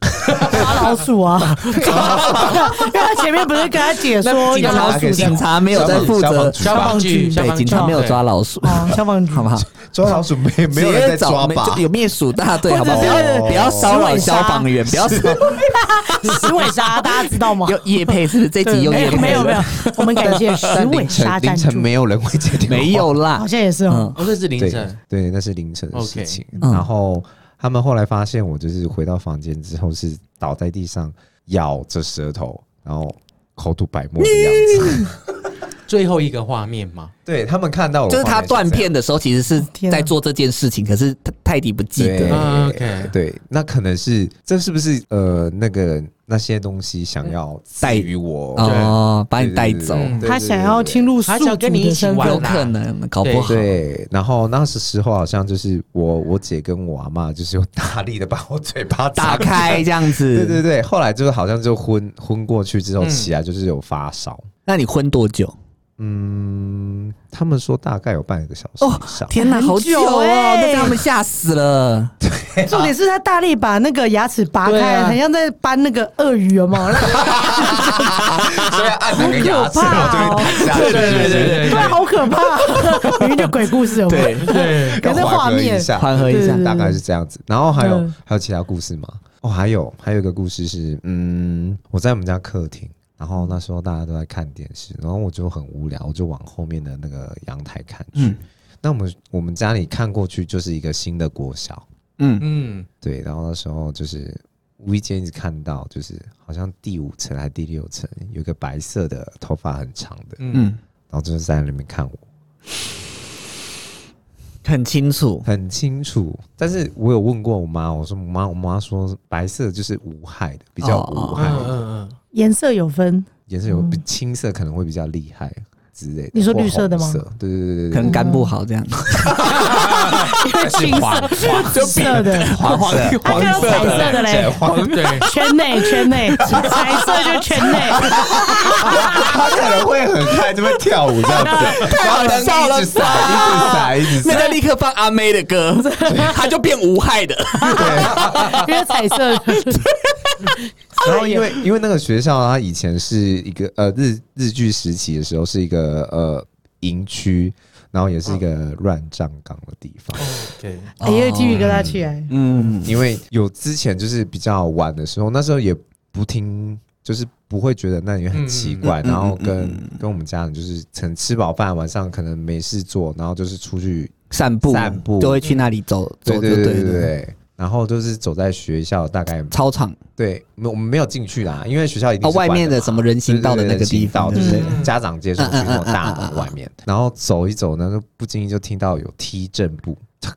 [SPEAKER 1] 抓老鼠啊！因为他前面不是跟他姐说
[SPEAKER 3] 警察
[SPEAKER 1] 有老鼠
[SPEAKER 3] 给
[SPEAKER 1] 在
[SPEAKER 2] 警察没有在负
[SPEAKER 3] 消
[SPEAKER 2] 责
[SPEAKER 3] 防，
[SPEAKER 5] 消防局，消
[SPEAKER 2] 对，
[SPEAKER 5] 防局
[SPEAKER 2] 警察没有抓老鼠，
[SPEAKER 1] 哦，消防局
[SPEAKER 2] 好不好？
[SPEAKER 3] 抓老鼠没没有人在抓
[SPEAKER 2] 直接找
[SPEAKER 3] 吧
[SPEAKER 2] 就？有灭鼠大队，好不好？
[SPEAKER 1] 或
[SPEAKER 2] 不
[SPEAKER 1] 者
[SPEAKER 2] 要
[SPEAKER 1] 是
[SPEAKER 2] 不要骚扰
[SPEAKER 1] 是
[SPEAKER 2] 消防员，不要骚
[SPEAKER 1] 石尾沙，大家知道吗？
[SPEAKER 2] 有夜配是不是？这集
[SPEAKER 1] 对
[SPEAKER 2] 有
[SPEAKER 1] 没
[SPEAKER 2] 夜
[SPEAKER 1] 有
[SPEAKER 2] 配
[SPEAKER 1] 没有
[SPEAKER 2] 了
[SPEAKER 1] 没有，我们感谢石
[SPEAKER 3] 但
[SPEAKER 1] 尾
[SPEAKER 3] 凌
[SPEAKER 1] 沙赞
[SPEAKER 3] 晨凌晨
[SPEAKER 1] 助，
[SPEAKER 3] 没有人会接电话，
[SPEAKER 2] 没有
[SPEAKER 1] 好
[SPEAKER 2] 啦，
[SPEAKER 1] 像也是
[SPEAKER 2] 嗯
[SPEAKER 1] 哦。
[SPEAKER 5] 哦，这是凌
[SPEAKER 3] 对
[SPEAKER 5] 晨，
[SPEAKER 3] 对，那是凌晨的事情。
[SPEAKER 2] OK 嗯
[SPEAKER 3] 然后他们后来发现我就是回到房间之后是倒在地上，咬着舌头，然后口吐白沫的 样子。
[SPEAKER 5] 最后一个画面嘛，
[SPEAKER 3] 对他们看到我，
[SPEAKER 2] 就是他断片。的时候，其实是
[SPEAKER 1] 天啊
[SPEAKER 2] 在做这件事情，可是泰迪不记
[SPEAKER 3] 对
[SPEAKER 2] 得。
[SPEAKER 5] 嗯，OK
[SPEAKER 3] 对，那可能是这是不是呃那个那些东西想要
[SPEAKER 2] 带
[SPEAKER 3] 带于我
[SPEAKER 2] 哦，把你带走，
[SPEAKER 5] 嗯
[SPEAKER 1] 他想要侵
[SPEAKER 3] 入。
[SPEAKER 1] 入
[SPEAKER 5] 他
[SPEAKER 1] 宿
[SPEAKER 5] 想
[SPEAKER 1] 主
[SPEAKER 5] 跟你一
[SPEAKER 1] 的
[SPEAKER 5] 起
[SPEAKER 1] 身
[SPEAKER 5] 玩
[SPEAKER 2] 有
[SPEAKER 1] 份，
[SPEAKER 5] 啦
[SPEAKER 2] 可能搞不好。
[SPEAKER 3] 对，然后那时时候好像就是我我姐跟我阿妈就是有大力的把我嘴巴
[SPEAKER 2] 打
[SPEAKER 3] 张
[SPEAKER 2] 开这样子，
[SPEAKER 3] 对对对，后来就是好像就昏昏过去之后
[SPEAKER 5] 嗯
[SPEAKER 3] 起来就是有发烧，
[SPEAKER 2] 那你昏多久？
[SPEAKER 3] 嗯，他们说大概有半个小时
[SPEAKER 2] 哦
[SPEAKER 3] 以上，
[SPEAKER 2] 天哪，
[SPEAKER 1] 很
[SPEAKER 2] 好
[SPEAKER 1] 久
[SPEAKER 2] 哦，
[SPEAKER 1] 欸
[SPEAKER 2] 那被他们吓死了。
[SPEAKER 1] 重点是他大力把那个牙齿拔
[SPEAKER 5] 对
[SPEAKER 1] 开，
[SPEAKER 5] 啊
[SPEAKER 1] 很像在搬那个鳄鱼，有没有？
[SPEAKER 3] 所以按两个牙齿，
[SPEAKER 1] 啊好可怕
[SPEAKER 3] 然后就
[SPEAKER 1] 哦
[SPEAKER 3] 会弹下去，
[SPEAKER 5] 对对对
[SPEAKER 1] 对，好可怕，明明就鬼故事，有没有？
[SPEAKER 2] 对，
[SPEAKER 5] 对，
[SPEAKER 1] 可是
[SPEAKER 3] 要
[SPEAKER 1] 画
[SPEAKER 3] 缓和
[SPEAKER 1] 面
[SPEAKER 3] 一下，
[SPEAKER 2] 缓和一下
[SPEAKER 1] 对
[SPEAKER 3] 大概是这样子。然后还有
[SPEAKER 1] 嗯
[SPEAKER 3] 还有其他故事吗？哦，还有还有一个故事是，嗯，我在我们家客厅，然后那时候大家都在看电视，然后我就很无聊，我就往后面的那个阳台看去。
[SPEAKER 2] 嗯
[SPEAKER 3] 那我们我们家里看过去就是一个新的国小，
[SPEAKER 2] 嗯，
[SPEAKER 5] 嗯，
[SPEAKER 3] 对，然后那时候就是无意间一直看到，就是好像第五层还是第六层有一个白色的头发很长的，
[SPEAKER 5] 嗯
[SPEAKER 2] 嗯，
[SPEAKER 3] 然后就是在那边看我，
[SPEAKER 2] 很清楚。
[SPEAKER 3] 很清楚。但是我有问过我妈，我说妈，我妈说白色就是无害的，比较
[SPEAKER 1] 哦
[SPEAKER 3] 无
[SPEAKER 5] 嗯
[SPEAKER 3] 害，
[SPEAKER 5] 嗯嗯，
[SPEAKER 1] 颜色有分，
[SPEAKER 3] 颜色有比青色可能会比较厉害之类的。
[SPEAKER 1] 你说
[SPEAKER 3] 或
[SPEAKER 1] 绿色的吗
[SPEAKER 3] 红色？对对对对
[SPEAKER 2] 可
[SPEAKER 3] 对，
[SPEAKER 2] 能肝不好这样，
[SPEAKER 1] 因为青色、紫色的，
[SPEAKER 2] 黄黄的，
[SPEAKER 1] 他看到彩色的嘞，
[SPEAKER 5] 嗯对，
[SPEAKER 1] 圈内圈内，彩色就圈内，
[SPEAKER 3] 她可能会很嗨，这边跳舞这样子，然后灯一直撒，一直撒，一直
[SPEAKER 2] 那
[SPEAKER 3] 撒，
[SPEAKER 2] 就立刻放阿妹的 歌，他就变无害 的。
[SPEAKER 1] 因为彩色
[SPEAKER 3] 然后因
[SPEAKER 2] 哎
[SPEAKER 3] 为因为那个学校啊，它以前是一个呃日日据时期的时候是一个呃营区，然后也是一个
[SPEAKER 2] 嗯
[SPEAKER 3] 乱葬岗的地方。
[SPEAKER 2] 哦
[SPEAKER 5] 对，
[SPEAKER 1] 哎因为继续跟他起来，
[SPEAKER 2] 嗯，
[SPEAKER 3] 因为有之前就是比较晚的时候，那时候也不听，就是不会觉得那里很奇怪。
[SPEAKER 2] 嗯嗯
[SPEAKER 3] 然后
[SPEAKER 2] 嗯
[SPEAKER 3] 跟、跟我们家人就是曾吃饱饭，晚上可能没事做，然后就是出去
[SPEAKER 2] 散步
[SPEAKER 3] 散步
[SPEAKER 2] 就会去那里走走，
[SPEAKER 3] 对
[SPEAKER 2] 就
[SPEAKER 3] 对对对
[SPEAKER 2] 了
[SPEAKER 3] 对。对然后就是走在学校，大概
[SPEAKER 2] 操场
[SPEAKER 3] 对，没我们没有进去啦，因为学校一定
[SPEAKER 2] 哦，
[SPEAKER 3] 是
[SPEAKER 2] 外
[SPEAKER 3] 关
[SPEAKER 2] 面的
[SPEAKER 3] 嘛
[SPEAKER 2] 什么人行道的那个地方，
[SPEAKER 3] 对
[SPEAKER 2] 对
[SPEAKER 3] 对
[SPEAKER 2] 不
[SPEAKER 3] 对
[SPEAKER 2] 对
[SPEAKER 3] 人行道？就是家长接送去
[SPEAKER 2] 嗯嗯嗯
[SPEAKER 3] 那种大
[SPEAKER 2] 嗯嗯
[SPEAKER 3] 门
[SPEAKER 2] 嗯
[SPEAKER 3] 外面，然后走一走呢，就不经意就听到有踢正步，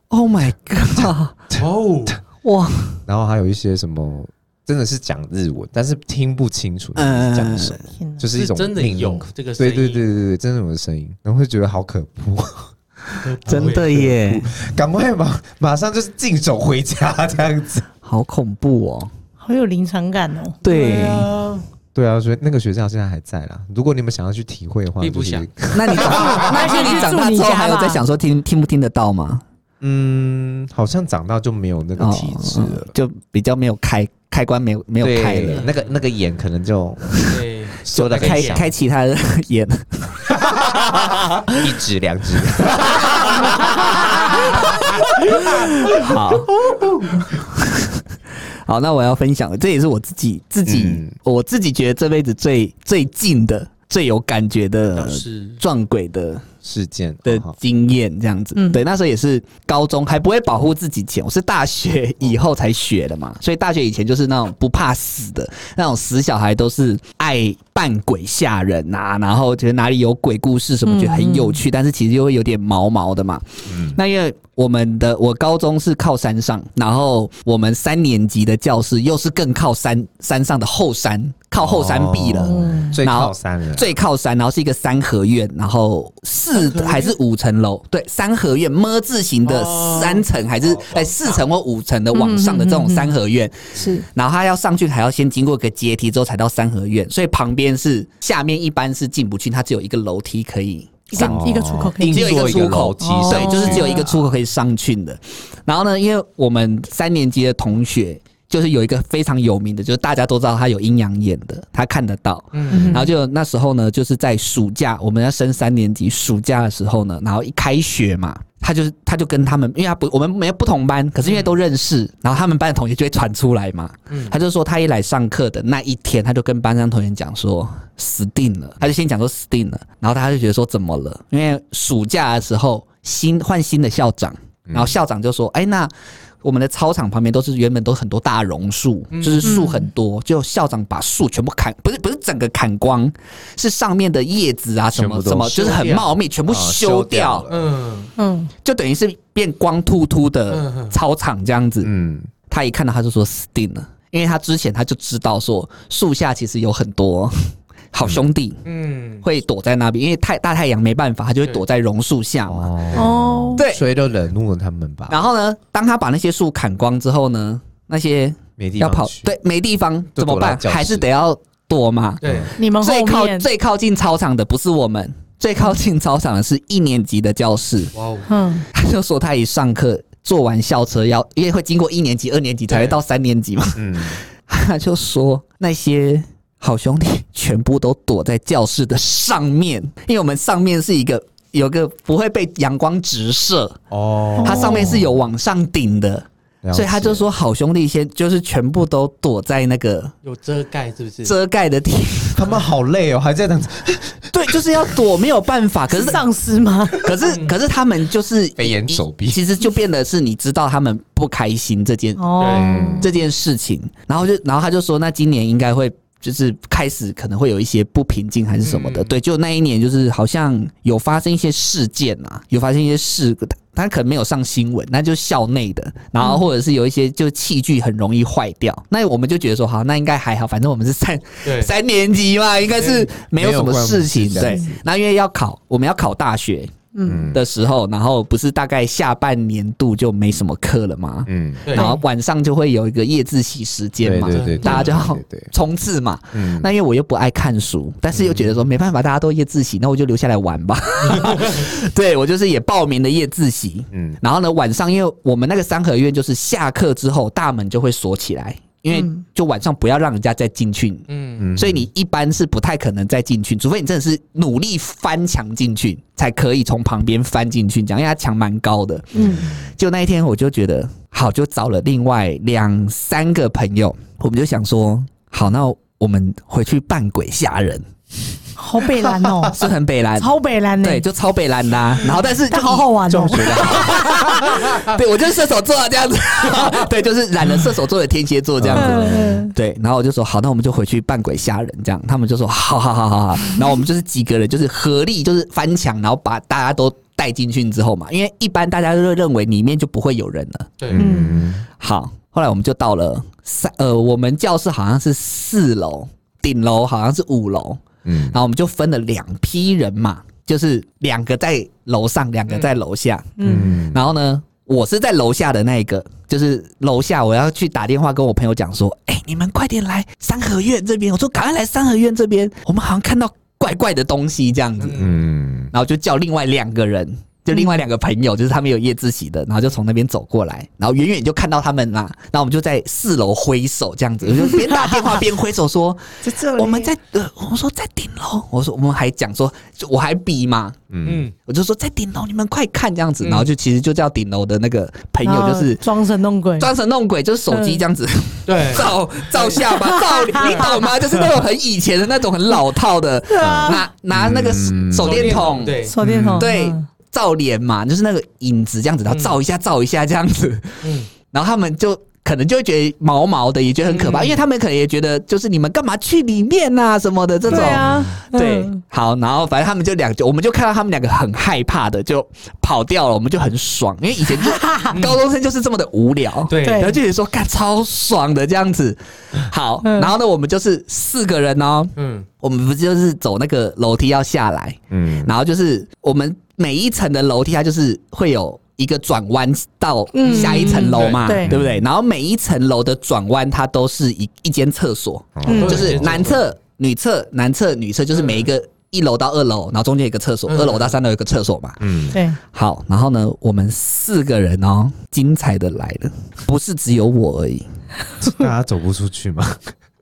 [SPEAKER 2] ？Oh my god！
[SPEAKER 5] 哦，
[SPEAKER 2] 哇，
[SPEAKER 3] 然后还有一些什么，真的是讲日文，但是听不清楚
[SPEAKER 2] 嗯
[SPEAKER 3] 是讲什么，
[SPEAKER 1] 天哪
[SPEAKER 3] 就是一种
[SPEAKER 5] 真的
[SPEAKER 3] 命令
[SPEAKER 5] 有这个声
[SPEAKER 3] 对
[SPEAKER 5] 音，
[SPEAKER 3] 对对对对，真的有声音，然后会觉得好可怖，
[SPEAKER 2] 真的耶，
[SPEAKER 3] 赶快马马上就是净手回家这样子。
[SPEAKER 2] 好恐怖哦！
[SPEAKER 1] 好有临场感哦。
[SPEAKER 2] 对，
[SPEAKER 5] 啊，
[SPEAKER 3] 对啊，所以那个学校现在还在啦。如果你们想要去体会的话，
[SPEAKER 5] 并不
[SPEAKER 3] 就是
[SPEAKER 5] 想
[SPEAKER 2] 那你长大，那那你长大之后还有在想说听听不听得到吗？
[SPEAKER 3] 嗯，好像长大就没有那个体质了。
[SPEAKER 2] 嗯就比较没有开开关，没有没有
[SPEAKER 3] 对
[SPEAKER 2] 开了，
[SPEAKER 3] 那个那个眼可能就
[SPEAKER 5] 对，
[SPEAKER 3] 修的
[SPEAKER 2] 开
[SPEAKER 5] 很小
[SPEAKER 2] 开其他的眼。
[SPEAKER 3] 一指两指，
[SPEAKER 2] 好， 好，那我要分享，这也是我自己自己、
[SPEAKER 3] 嗯
[SPEAKER 2] 我自己觉得这辈子最最近的、最有感觉的
[SPEAKER 5] 是
[SPEAKER 2] 撞鬼的
[SPEAKER 3] 事件哦
[SPEAKER 2] 的
[SPEAKER 3] 好
[SPEAKER 2] 经验，这样子。
[SPEAKER 1] 嗯
[SPEAKER 2] 对，那时候也是高中还不会保护自己前，我是大学以后才学的嘛，所以大学以前就是那种不怕死的那种死小孩，都是爱扮鬼吓人啊，然后觉得哪里有鬼故事什么，觉得很有趣，但是其实又会有点毛毛的嘛。
[SPEAKER 3] 嗯
[SPEAKER 2] 那因为我们的我高中是靠山上，然后我们三年级的教室又是更靠山山上的后山，靠后山壁了。
[SPEAKER 3] 哦最
[SPEAKER 2] 然后
[SPEAKER 3] 靠山了，
[SPEAKER 2] 最靠山，然后是一个三合院，然后四还是五层楼？对，三合院么字形的
[SPEAKER 5] 哦
[SPEAKER 2] 三层还是哎四层或五层的往上的这种三合院，
[SPEAKER 1] 是
[SPEAKER 2] 然后他要上去还要先经过一个阶梯之后才到三合院，所以旁边是下面一般是进不去，它只有一个楼梯可以
[SPEAKER 1] 一个
[SPEAKER 2] 上
[SPEAKER 1] 哎一个出口可以
[SPEAKER 2] 只有一个出口，
[SPEAKER 3] 硬座一个楼梯
[SPEAKER 2] 对，
[SPEAKER 1] 上
[SPEAKER 2] 就是
[SPEAKER 1] 去
[SPEAKER 2] 只有一个出口可以上去的。然后呢，因为我们三年级的同学。就是有一个非常有名的，就是大家都知道他有阴阳眼的，他看得到。
[SPEAKER 5] 嗯
[SPEAKER 2] 然后就那时候呢，就是在暑假，我们要升三年级，暑假的时候呢，然后一开学嘛，他就是他就跟他们，因为他不我们没有不同班，可是因为都认识，然后他们班的同学就会传出来嘛。他就说他一来上课的那一天，他就跟班上同学讲说死定了，他就先讲说死定了，然后他就觉得说怎么了？因为暑假的时候新换新的校长，然后校长就说，哎、那。我们的操场旁边都是原本都很多大榕树，
[SPEAKER 5] 嗯
[SPEAKER 2] 就是树很多，就校长把树全部砍，不是不是整个砍光，是上面的叶子啊什
[SPEAKER 3] 全
[SPEAKER 2] 么
[SPEAKER 3] 部都
[SPEAKER 2] 什么，就是很
[SPEAKER 5] 修掉
[SPEAKER 2] 茂密，全部
[SPEAKER 3] 哦
[SPEAKER 2] 修
[SPEAKER 3] 修掉
[SPEAKER 2] 掉，
[SPEAKER 3] 了
[SPEAKER 5] 嗯，
[SPEAKER 1] 嗯，
[SPEAKER 2] 就等于是变光秃秃
[SPEAKER 5] 嗯
[SPEAKER 2] 的
[SPEAKER 5] 嗯
[SPEAKER 2] 操场这样子。
[SPEAKER 3] 嗯，
[SPEAKER 2] 他一看到他就说死定了，因为他之前他就知道说树下其实有很多 好兄弟
[SPEAKER 5] 嗯，
[SPEAKER 2] 会躲在那边，因为太大太阳没办法，他就会躲在榕树下嘛。
[SPEAKER 3] 哦，
[SPEAKER 1] 哦，
[SPEAKER 2] 对，
[SPEAKER 3] 所以就惹怒了他们吧，
[SPEAKER 2] 然后呢，当他把那些树砍光之后呢，那些
[SPEAKER 3] 没地
[SPEAKER 2] 要
[SPEAKER 3] 方
[SPEAKER 2] 跑
[SPEAKER 3] 去，
[SPEAKER 2] 对没地方
[SPEAKER 3] 就
[SPEAKER 2] 怎么
[SPEAKER 3] 躲到
[SPEAKER 2] 办？
[SPEAKER 3] 教室
[SPEAKER 2] 还是得要躲嘛。
[SPEAKER 5] 对，
[SPEAKER 3] 嗯
[SPEAKER 1] 你们
[SPEAKER 2] 最
[SPEAKER 1] 后
[SPEAKER 2] 靠
[SPEAKER 1] 面，
[SPEAKER 2] 最靠近操场的不是我们，最靠近操场的是一年级的教室。
[SPEAKER 5] 哇哦，
[SPEAKER 1] 嗯，
[SPEAKER 2] 他就说他一上课坐完校车要，因为会经过一年级、二年级才会到三年级嘛，
[SPEAKER 3] 嗯，
[SPEAKER 2] 他就说那些好兄弟全部都躲在教室的上面，因为我们上面是一个有个不会被阳光直射，
[SPEAKER 3] 哦，
[SPEAKER 2] 它上面是有往上顶的，
[SPEAKER 3] 了解，
[SPEAKER 2] 所以他就说好兄弟先就是全部都躲在那个
[SPEAKER 5] 有遮盖是不是？
[SPEAKER 2] 遮盖的地方，
[SPEAKER 3] 他们好累哦，还在等，
[SPEAKER 2] 对，就是要躲，没有办法。可
[SPEAKER 1] 是
[SPEAKER 2] 是嗯
[SPEAKER 1] 丧尸吗？
[SPEAKER 2] 可是可是他们就是
[SPEAKER 3] 被眼手臂
[SPEAKER 2] 其实就变得是你知道他们不开心这件
[SPEAKER 1] 哦，
[SPEAKER 3] 嗯
[SPEAKER 2] 这件事情，然后就然后他就说，那今年应该会就是开始可能会有一些不平静还是什么的，
[SPEAKER 5] 嗯
[SPEAKER 2] 对，就那一年就是好像有发生一些事件啊，有发生一些事，他可能没有上新闻，那就是校内的，然后或者是有一些就器具很容易坏掉，那我们就觉得说好，那应该还好，反正我们是三
[SPEAKER 5] 对，
[SPEAKER 2] 三年级嘛，应该是没有什么事情
[SPEAKER 3] 没
[SPEAKER 2] 的。
[SPEAKER 3] 有关
[SPEAKER 2] 对，那因为要考，我们要考大学
[SPEAKER 3] 嗯
[SPEAKER 2] 的时候，然后不是大概下半年度就没什么课了吗？
[SPEAKER 3] 嗯，
[SPEAKER 5] 对
[SPEAKER 2] 然后晚上就会有一个夜自习时间
[SPEAKER 3] 对
[SPEAKER 2] 嘛，
[SPEAKER 3] 对对，
[SPEAKER 2] 大家就要
[SPEAKER 3] 对对对，
[SPEAKER 2] 冲刺嘛。
[SPEAKER 3] 嗯，
[SPEAKER 2] 那因为我又不爱看书，但是又觉得说没办法，大家都夜自习，那我就留下来玩 吧。对我就是也报名了夜自习，
[SPEAKER 3] 嗯
[SPEAKER 2] 然后呢晚上因为我们那个三合院就是下课之后大门就会锁起来，因为就晚上不要让人家再进去。
[SPEAKER 5] 嗯，
[SPEAKER 3] 嗯，
[SPEAKER 2] 所以你一般是不太可能再进去，除非你真的是努力翻墙进去，才可以从旁边翻进去。讲，因为它墙蛮高的，
[SPEAKER 1] 嗯，
[SPEAKER 2] 就那一天，我就觉得好，就找了另外两三个朋友，我们就想说，好，那我们回去扮鬼吓人，，
[SPEAKER 1] 好北蓝哦
[SPEAKER 2] 是很北蓝，
[SPEAKER 1] 超北蓝呢，
[SPEAKER 2] 对，就超北蓝的啊、然后 但是就
[SPEAKER 1] 但好好玩哦
[SPEAKER 3] 就，觉得
[SPEAKER 2] 对我就是射手座啊，这样子， 对，就是染了射手座的天蝎座这样子。
[SPEAKER 1] 嗯
[SPEAKER 2] 对，然后我就说好，那我们就回去扮鬼吓人，这样他们就说好好好好好，然后我们就是几个人，就是合力就是翻墙，然后把大家都带进去之后嘛，因为一般大家都认为里面就不会有人了，
[SPEAKER 5] 对，
[SPEAKER 3] 嗯，
[SPEAKER 2] 好，后来我们就到了三呃，我们教室好像是四楼，顶楼好像是五楼，
[SPEAKER 3] 嗯
[SPEAKER 2] 然后我们就分了两批人嘛，就是两个在楼上，两个在楼下。
[SPEAKER 1] 嗯，
[SPEAKER 3] 嗯，
[SPEAKER 2] 然后呢，我是在楼下的那一个，就是楼下我要去打电话跟我朋友讲说，哎、你们快点来三合院这边，我说赶快来三合院这边，我们好像看到怪怪的东西这样子，
[SPEAKER 5] 嗯
[SPEAKER 3] 嗯，
[SPEAKER 2] 然后就叫另外两个人。就另外两个朋友，就是他们有夜自习的，然后就从那边走过来，然后远远就看到他们啦，然后我们就在四楼挥手这样子，我就边打电话边挥手说
[SPEAKER 6] 在这：“里
[SPEAKER 2] 我们在……呃，我说在顶楼。”我说我们还讲说，就我还比嘛，
[SPEAKER 3] 嗯，
[SPEAKER 5] 嗯，
[SPEAKER 2] 我就说在顶楼，你们快看这样子，然后就其实就叫顶楼的那个朋友就
[SPEAKER 1] 然后
[SPEAKER 2] 是。
[SPEAKER 1] 装神弄鬼，
[SPEAKER 2] 装神弄鬼就是手机这样子、
[SPEAKER 5] 对，
[SPEAKER 2] 照照下 巴，照你
[SPEAKER 1] 啊
[SPEAKER 2] 你懂吗？就是那种很以前的那种很老 套的，拿拿那个
[SPEAKER 3] 嗯
[SPEAKER 2] 手电筒，
[SPEAKER 5] 对，
[SPEAKER 1] 手电筒，
[SPEAKER 2] 对
[SPEAKER 1] 啊嗯，
[SPEAKER 2] 照脸嘛，就是那个影子这样子，然后照一下，照一下这样子，
[SPEAKER 5] 嗯
[SPEAKER 2] 然后他们就可能就会觉得毛毛的，也觉得很可怕，
[SPEAKER 5] 嗯
[SPEAKER 2] 因为他们可能也觉得就是你们干嘛去里面啊什么的这种。
[SPEAKER 1] 对啊，
[SPEAKER 2] 对
[SPEAKER 1] 嗯
[SPEAKER 2] 好，然后反正他们就两就，我们就看到他们两个很害怕的就跑掉了，我们就很爽，因为以前 就高中生就是这么的无聊，
[SPEAKER 5] 对
[SPEAKER 1] 对
[SPEAKER 2] 然后就觉得说干超爽的这样子。好，
[SPEAKER 1] 嗯
[SPEAKER 2] 然后呢，我们就是四个人哦，
[SPEAKER 5] 嗯
[SPEAKER 2] 我们不是就是走那个楼梯要下来，
[SPEAKER 3] 嗯
[SPEAKER 2] 然后就是我们每一层的楼梯，它就是会有一个转弯到
[SPEAKER 1] 嗯
[SPEAKER 2] 下一层楼嘛，
[SPEAKER 1] 对
[SPEAKER 2] 不对？然后每一层楼的转弯，它都是一一间厕所，
[SPEAKER 1] 嗯
[SPEAKER 3] 哦
[SPEAKER 2] 就是男厕、女厕、男厕、女厕，就是每一个一楼到二楼，然后中间有一个厕所，
[SPEAKER 5] 嗯
[SPEAKER 2] 二楼到三楼有一个厕所嘛。
[SPEAKER 3] 嗯，
[SPEAKER 1] 对，
[SPEAKER 2] 好，然后呢，我们四个人哦，精彩的来了，不是只有我而已，
[SPEAKER 3] 大家走不出去嘛，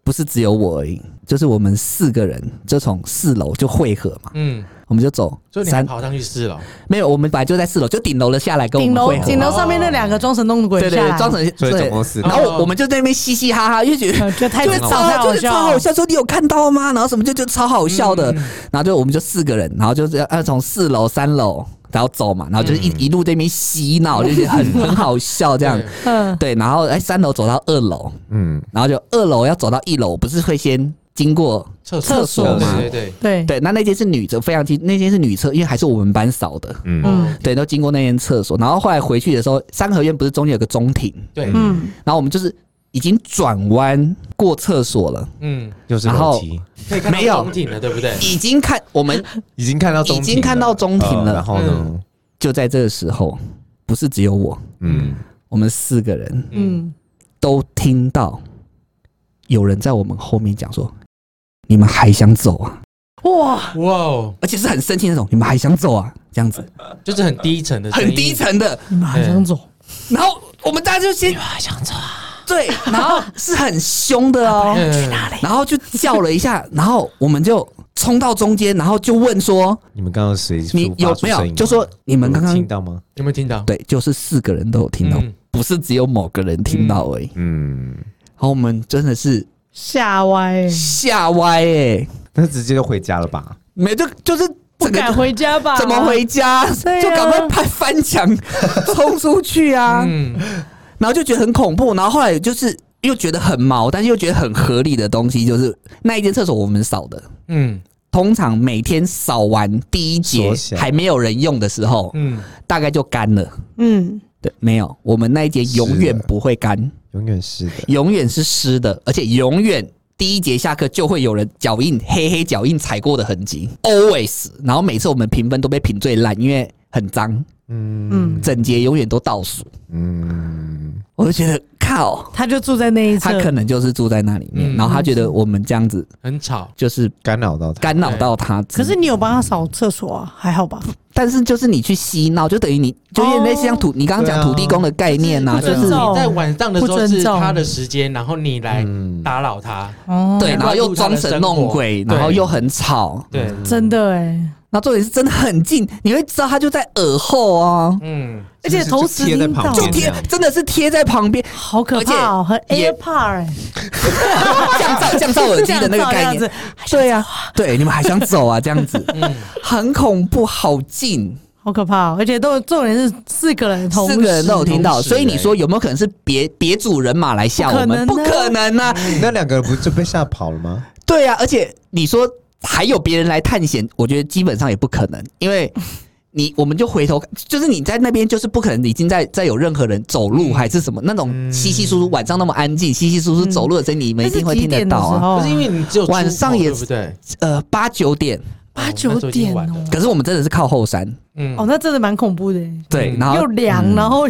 [SPEAKER 2] 不是只有我而已，就是我们四个人就从四楼就汇合嘛，
[SPEAKER 5] 嗯，
[SPEAKER 2] 我们就走
[SPEAKER 5] 所以你还
[SPEAKER 2] 三
[SPEAKER 5] 跑上去试了，
[SPEAKER 2] 没有，我们本来就在四楼，就顶楼了下来跟我
[SPEAKER 1] 顶
[SPEAKER 2] 们
[SPEAKER 1] 楼
[SPEAKER 2] 会合。
[SPEAKER 1] 顶楼上面那两个装神弄鬼
[SPEAKER 2] 对
[SPEAKER 1] 下来，
[SPEAKER 2] 对对，装成
[SPEAKER 3] 所以总
[SPEAKER 2] 对
[SPEAKER 3] 共四个
[SPEAKER 2] 然后
[SPEAKER 5] 哦
[SPEAKER 2] 我我们就在那边嘻嘻哈哈，因为觉得。
[SPEAKER 1] 嗯，觉得太
[SPEAKER 2] 就
[SPEAKER 1] 超
[SPEAKER 2] 是超
[SPEAKER 1] 太好
[SPEAKER 2] 就是超好
[SPEAKER 1] 笑，
[SPEAKER 2] 笑，说你有看到吗？然后什么就就超好笑的，
[SPEAKER 1] 嗯
[SPEAKER 2] 然后就我们就四个人，然后就是要要从四楼、三楼，然后走嘛，然后就是一、一路这边洗脑，就是很很好笑这样，
[SPEAKER 1] 嗯，
[SPEAKER 2] 对，然后哎三楼走到二楼，
[SPEAKER 3] 嗯，
[SPEAKER 2] 然后就二楼要走到一楼，不是会先经过
[SPEAKER 5] 厕
[SPEAKER 2] 厕所
[SPEAKER 5] 对
[SPEAKER 2] 嘛
[SPEAKER 5] 对对，
[SPEAKER 1] 对
[SPEAKER 2] 对，那那间是女厕，非常近，那间是女厕，因为还是我们班扫的，
[SPEAKER 5] 嗯
[SPEAKER 2] 对，都经过那间厕所，然后后来回去的时候，三合院不是中间有个中庭，
[SPEAKER 5] 对，
[SPEAKER 1] 嗯，
[SPEAKER 2] 然后我们就是已经转弯过厕所了，
[SPEAKER 5] 嗯，
[SPEAKER 3] 又是
[SPEAKER 2] 然后
[SPEAKER 3] 楼梯，
[SPEAKER 5] 可以看到
[SPEAKER 2] 没有
[SPEAKER 5] 中庭了，对不对？
[SPEAKER 2] 已经看我们
[SPEAKER 3] 已经看到中庭了
[SPEAKER 2] 已经看到中庭了嗯
[SPEAKER 3] 呃然后呢，
[SPEAKER 2] 就在这个时候，不是只有我，
[SPEAKER 3] 嗯，
[SPEAKER 2] 我们四个人
[SPEAKER 5] 嗯，
[SPEAKER 1] 嗯，
[SPEAKER 2] 都听到有人在我们后面讲说：“你们还想走啊
[SPEAKER 1] 哇，
[SPEAKER 5] 哇哦，？”
[SPEAKER 2] 而且是很生气那种，“你们还想走啊？”这样子
[SPEAKER 5] 就是很低沉的声音，
[SPEAKER 2] 很低沉的，
[SPEAKER 1] 你们还想走？
[SPEAKER 2] 然后我们大家就先还想走啊，对，然后是很凶的 哦，
[SPEAKER 5] 嗯，去哪里？
[SPEAKER 2] 然后就叫了一下，然后我们就冲到中间，然后就问说
[SPEAKER 3] 你们刚刚谁出
[SPEAKER 2] 你
[SPEAKER 3] 发
[SPEAKER 2] 有
[SPEAKER 3] 出
[SPEAKER 2] 没
[SPEAKER 3] 声音
[SPEAKER 2] 有？
[SPEAKER 3] 吗
[SPEAKER 2] 就说你们刚
[SPEAKER 3] 有
[SPEAKER 2] 刚
[SPEAKER 3] 听到吗？
[SPEAKER 5] 有没有听到？
[SPEAKER 2] 对，就是四个人都有听到，
[SPEAKER 5] 嗯
[SPEAKER 2] 不是只有某个人听到而已。
[SPEAKER 3] 嗯，
[SPEAKER 2] 然后我们真的是
[SPEAKER 1] 吓歪，
[SPEAKER 2] 吓歪哎、
[SPEAKER 3] 那直接就回家了吧？
[SPEAKER 2] 没就就是
[SPEAKER 1] 不
[SPEAKER 2] 整个
[SPEAKER 1] 敢回家吧？
[SPEAKER 2] 怎么回家，
[SPEAKER 1] 对啊
[SPEAKER 2] 就赶快拍翻墙冲出去啊！
[SPEAKER 5] 嗯，
[SPEAKER 2] 然后就觉得很恐怖，然后后来就是又觉得很毛，但是又觉得很合理的东西，就是那一间厕所我们扫的。
[SPEAKER 5] 嗯
[SPEAKER 2] 通常每天扫完第一节
[SPEAKER 3] 缩小
[SPEAKER 2] 还没有人用的时候，
[SPEAKER 5] 嗯，
[SPEAKER 2] 大概就干了。
[SPEAKER 1] 嗯，
[SPEAKER 2] 对，没有，我们那一节永远
[SPEAKER 3] 是的
[SPEAKER 2] 不会干，
[SPEAKER 3] 永远是的，
[SPEAKER 2] 永远是湿的，而且永远第一节下课就会有人脚印黑黑脚印踩过的痕迹，always。然后每次我们评分都被评最烂，因为很脏，
[SPEAKER 3] 嗯
[SPEAKER 2] 整节永远都倒数。
[SPEAKER 3] 嗯，
[SPEAKER 2] 我就觉得靠，
[SPEAKER 1] 他就住在那一侧
[SPEAKER 2] 他，可能就是住在那里面，
[SPEAKER 5] 嗯
[SPEAKER 2] 然后他觉得我们这样子
[SPEAKER 5] 很吵，
[SPEAKER 2] 就是
[SPEAKER 3] 干扰到他，
[SPEAKER 2] 干扰到他之
[SPEAKER 1] 可
[SPEAKER 2] 类的。
[SPEAKER 1] 是你有帮他扫厕所啊？还好吧？
[SPEAKER 2] 但是就是你去嬉闹，就等于你就有点类似像土，你刚刚讲
[SPEAKER 3] 对啊
[SPEAKER 2] 土地公的概念呐、
[SPEAKER 1] 就是
[SPEAKER 2] 就
[SPEAKER 1] 不
[SPEAKER 2] 是
[SPEAKER 1] 尊重
[SPEAKER 5] 嗯你在
[SPEAKER 2] 哦
[SPEAKER 5] 晚上的时
[SPEAKER 1] 不
[SPEAKER 5] 候
[SPEAKER 1] 尊
[SPEAKER 5] 是
[SPEAKER 1] 重
[SPEAKER 5] 他的时间，然后你来
[SPEAKER 3] 嗯
[SPEAKER 5] 打扰他，
[SPEAKER 1] 哦，
[SPEAKER 2] 对，然后又装神弄鬼，
[SPEAKER 5] 对
[SPEAKER 2] 然后又很吵，
[SPEAKER 5] 对，
[SPEAKER 1] 真的哎，
[SPEAKER 2] 然后重点是真的很近，你会知道他就在耳后哦，
[SPEAKER 5] 嗯，
[SPEAKER 1] 而且同时
[SPEAKER 3] 贴在
[SPEAKER 1] 听
[SPEAKER 3] 旁
[SPEAKER 1] 到，
[SPEAKER 3] 边
[SPEAKER 2] 就贴
[SPEAKER 3] 嗯
[SPEAKER 2] 真的是贴在 旁边，
[SPEAKER 1] 好可怕哦，很
[SPEAKER 2] 而且也
[SPEAKER 1] AirPod 哎，
[SPEAKER 2] 降噪降噪耳机的那个概
[SPEAKER 1] 这样
[SPEAKER 2] 念
[SPEAKER 1] 子，啊
[SPEAKER 2] 对呀、对，你们还想走啊？这 样子
[SPEAKER 5] 嗯
[SPEAKER 2] 很恐怖，好近，
[SPEAKER 1] 好可怕哦！而且都重点是四个人同
[SPEAKER 2] 四个人都有听到，
[SPEAKER 5] 同时
[SPEAKER 2] 所以你说有没有可能是别别组人马来吓我们？
[SPEAKER 1] 不
[SPEAKER 2] 不
[SPEAKER 1] 可
[SPEAKER 2] 可能啊！
[SPEAKER 3] 那两个人不就被吓跑了吗？
[SPEAKER 2] 对啊，而且你说还有别人来探险，我觉得基本上也不可能，因为你我们就回头，就是你在那边就是不可能已经在在有任何人走
[SPEAKER 1] 嗯
[SPEAKER 2] 路还是什么那种稀稀疏疏晚上那么安静，稀稀疏疏走路的声音，你们一
[SPEAKER 1] 那是
[SPEAKER 2] 定会
[SPEAKER 1] 几
[SPEAKER 2] 听得
[SPEAKER 1] 点的
[SPEAKER 2] 到
[SPEAKER 1] 时
[SPEAKER 2] 啊。
[SPEAKER 1] 候
[SPEAKER 5] 可是因为你只有出
[SPEAKER 2] 晚上
[SPEAKER 5] 口
[SPEAKER 2] 也
[SPEAKER 5] 对不对？
[SPEAKER 2] 呃，八九
[SPEAKER 1] 哦
[SPEAKER 2] 点，
[SPEAKER 1] 八九点
[SPEAKER 5] 哦那时候已经晚
[SPEAKER 1] 哦
[SPEAKER 5] 了，
[SPEAKER 2] 可是我们真的是靠后山，
[SPEAKER 5] 嗯
[SPEAKER 1] 哦，那真的蛮恐怖的耶，
[SPEAKER 2] 对，
[SPEAKER 5] 嗯
[SPEAKER 2] 然后
[SPEAKER 1] 又凉，然后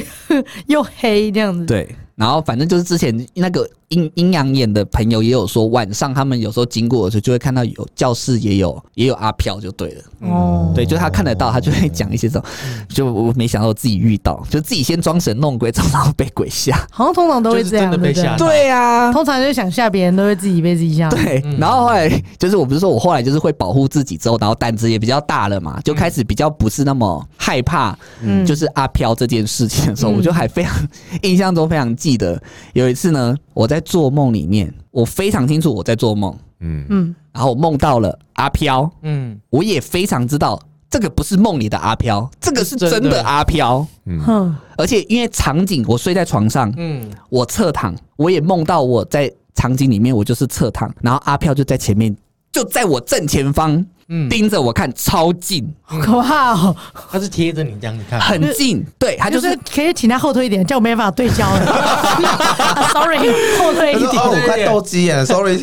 [SPEAKER 1] 又黑这样子，
[SPEAKER 2] 对，然后反正就是之前那个阴阴阳眼的朋友也有说，晚上他们有时候经过的时候，就会看到有教室也有也有阿飘，就对了。
[SPEAKER 1] 哦，
[SPEAKER 2] 嗯对，就他看得到，他就会讲一些这种。就我没想到我自己遇到，就自己先装神弄鬼，常常被鬼吓。
[SPEAKER 1] 好像通常都会
[SPEAKER 5] 就是
[SPEAKER 1] 这样，
[SPEAKER 5] 真的被
[SPEAKER 1] 对不对
[SPEAKER 5] 吓到
[SPEAKER 2] 对啊，
[SPEAKER 1] 通常就是想吓别人，都会自己被自己吓。
[SPEAKER 2] 对，然后后来就是我不是说我后来就是会保护自己之后，然后胆子也比较大了嘛，就开始比较不是那么害怕，
[SPEAKER 1] 嗯
[SPEAKER 2] 就是阿飘这件事情的时候，
[SPEAKER 1] 嗯
[SPEAKER 2] 我就还非常印象中非常记得有一次呢，我在做梦里面，我非常清楚我在做梦，
[SPEAKER 3] 嗯，
[SPEAKER 1] 嗯，
[SPEAKER 2] 然后我梦到了阿飘，
[SPEAKER 5] 嗯，
[SPEAKER 2] 我也非常知道这个不是梦里的阿飘，这个是
[SPEAKER 5] 是真的
[SPEAKER 2] 真的阿飘，
[SPEAKER 1] 哼，
[SPEAKER 2] 而且因为场景我睡在床上，
[SPEAKER 5] 嗯，
[SPEAKER 2] 我侧躺，我也梦到我在场景里面，我就是侧躺，然后阿飘就在前面，就在我正前方，
[SPEAKER 5] 嗯
[SPEAKER 2] 盯着我看，超近，
[SPEAKER 1] 好可怕哦！
[SPEAKER 5] 他是贴着你这样子看，
[SPEAKER 2] 很近，对他
[SPEAKER 1] 他
[SPEAKER 2] 就是。
[SPEAKER 1] 可以请他后退一点，这样我没办法对焦了。 啊 Sorry，后退
[SPEAKER 2] 哎
[SPEAKER 3] 他
[SPEAKER 1] 一
[SPEAKER 3] 说
[SPEAKER 1] 点。
[SPEAKER 3] 哦，我快斗鸡眼了，sorry，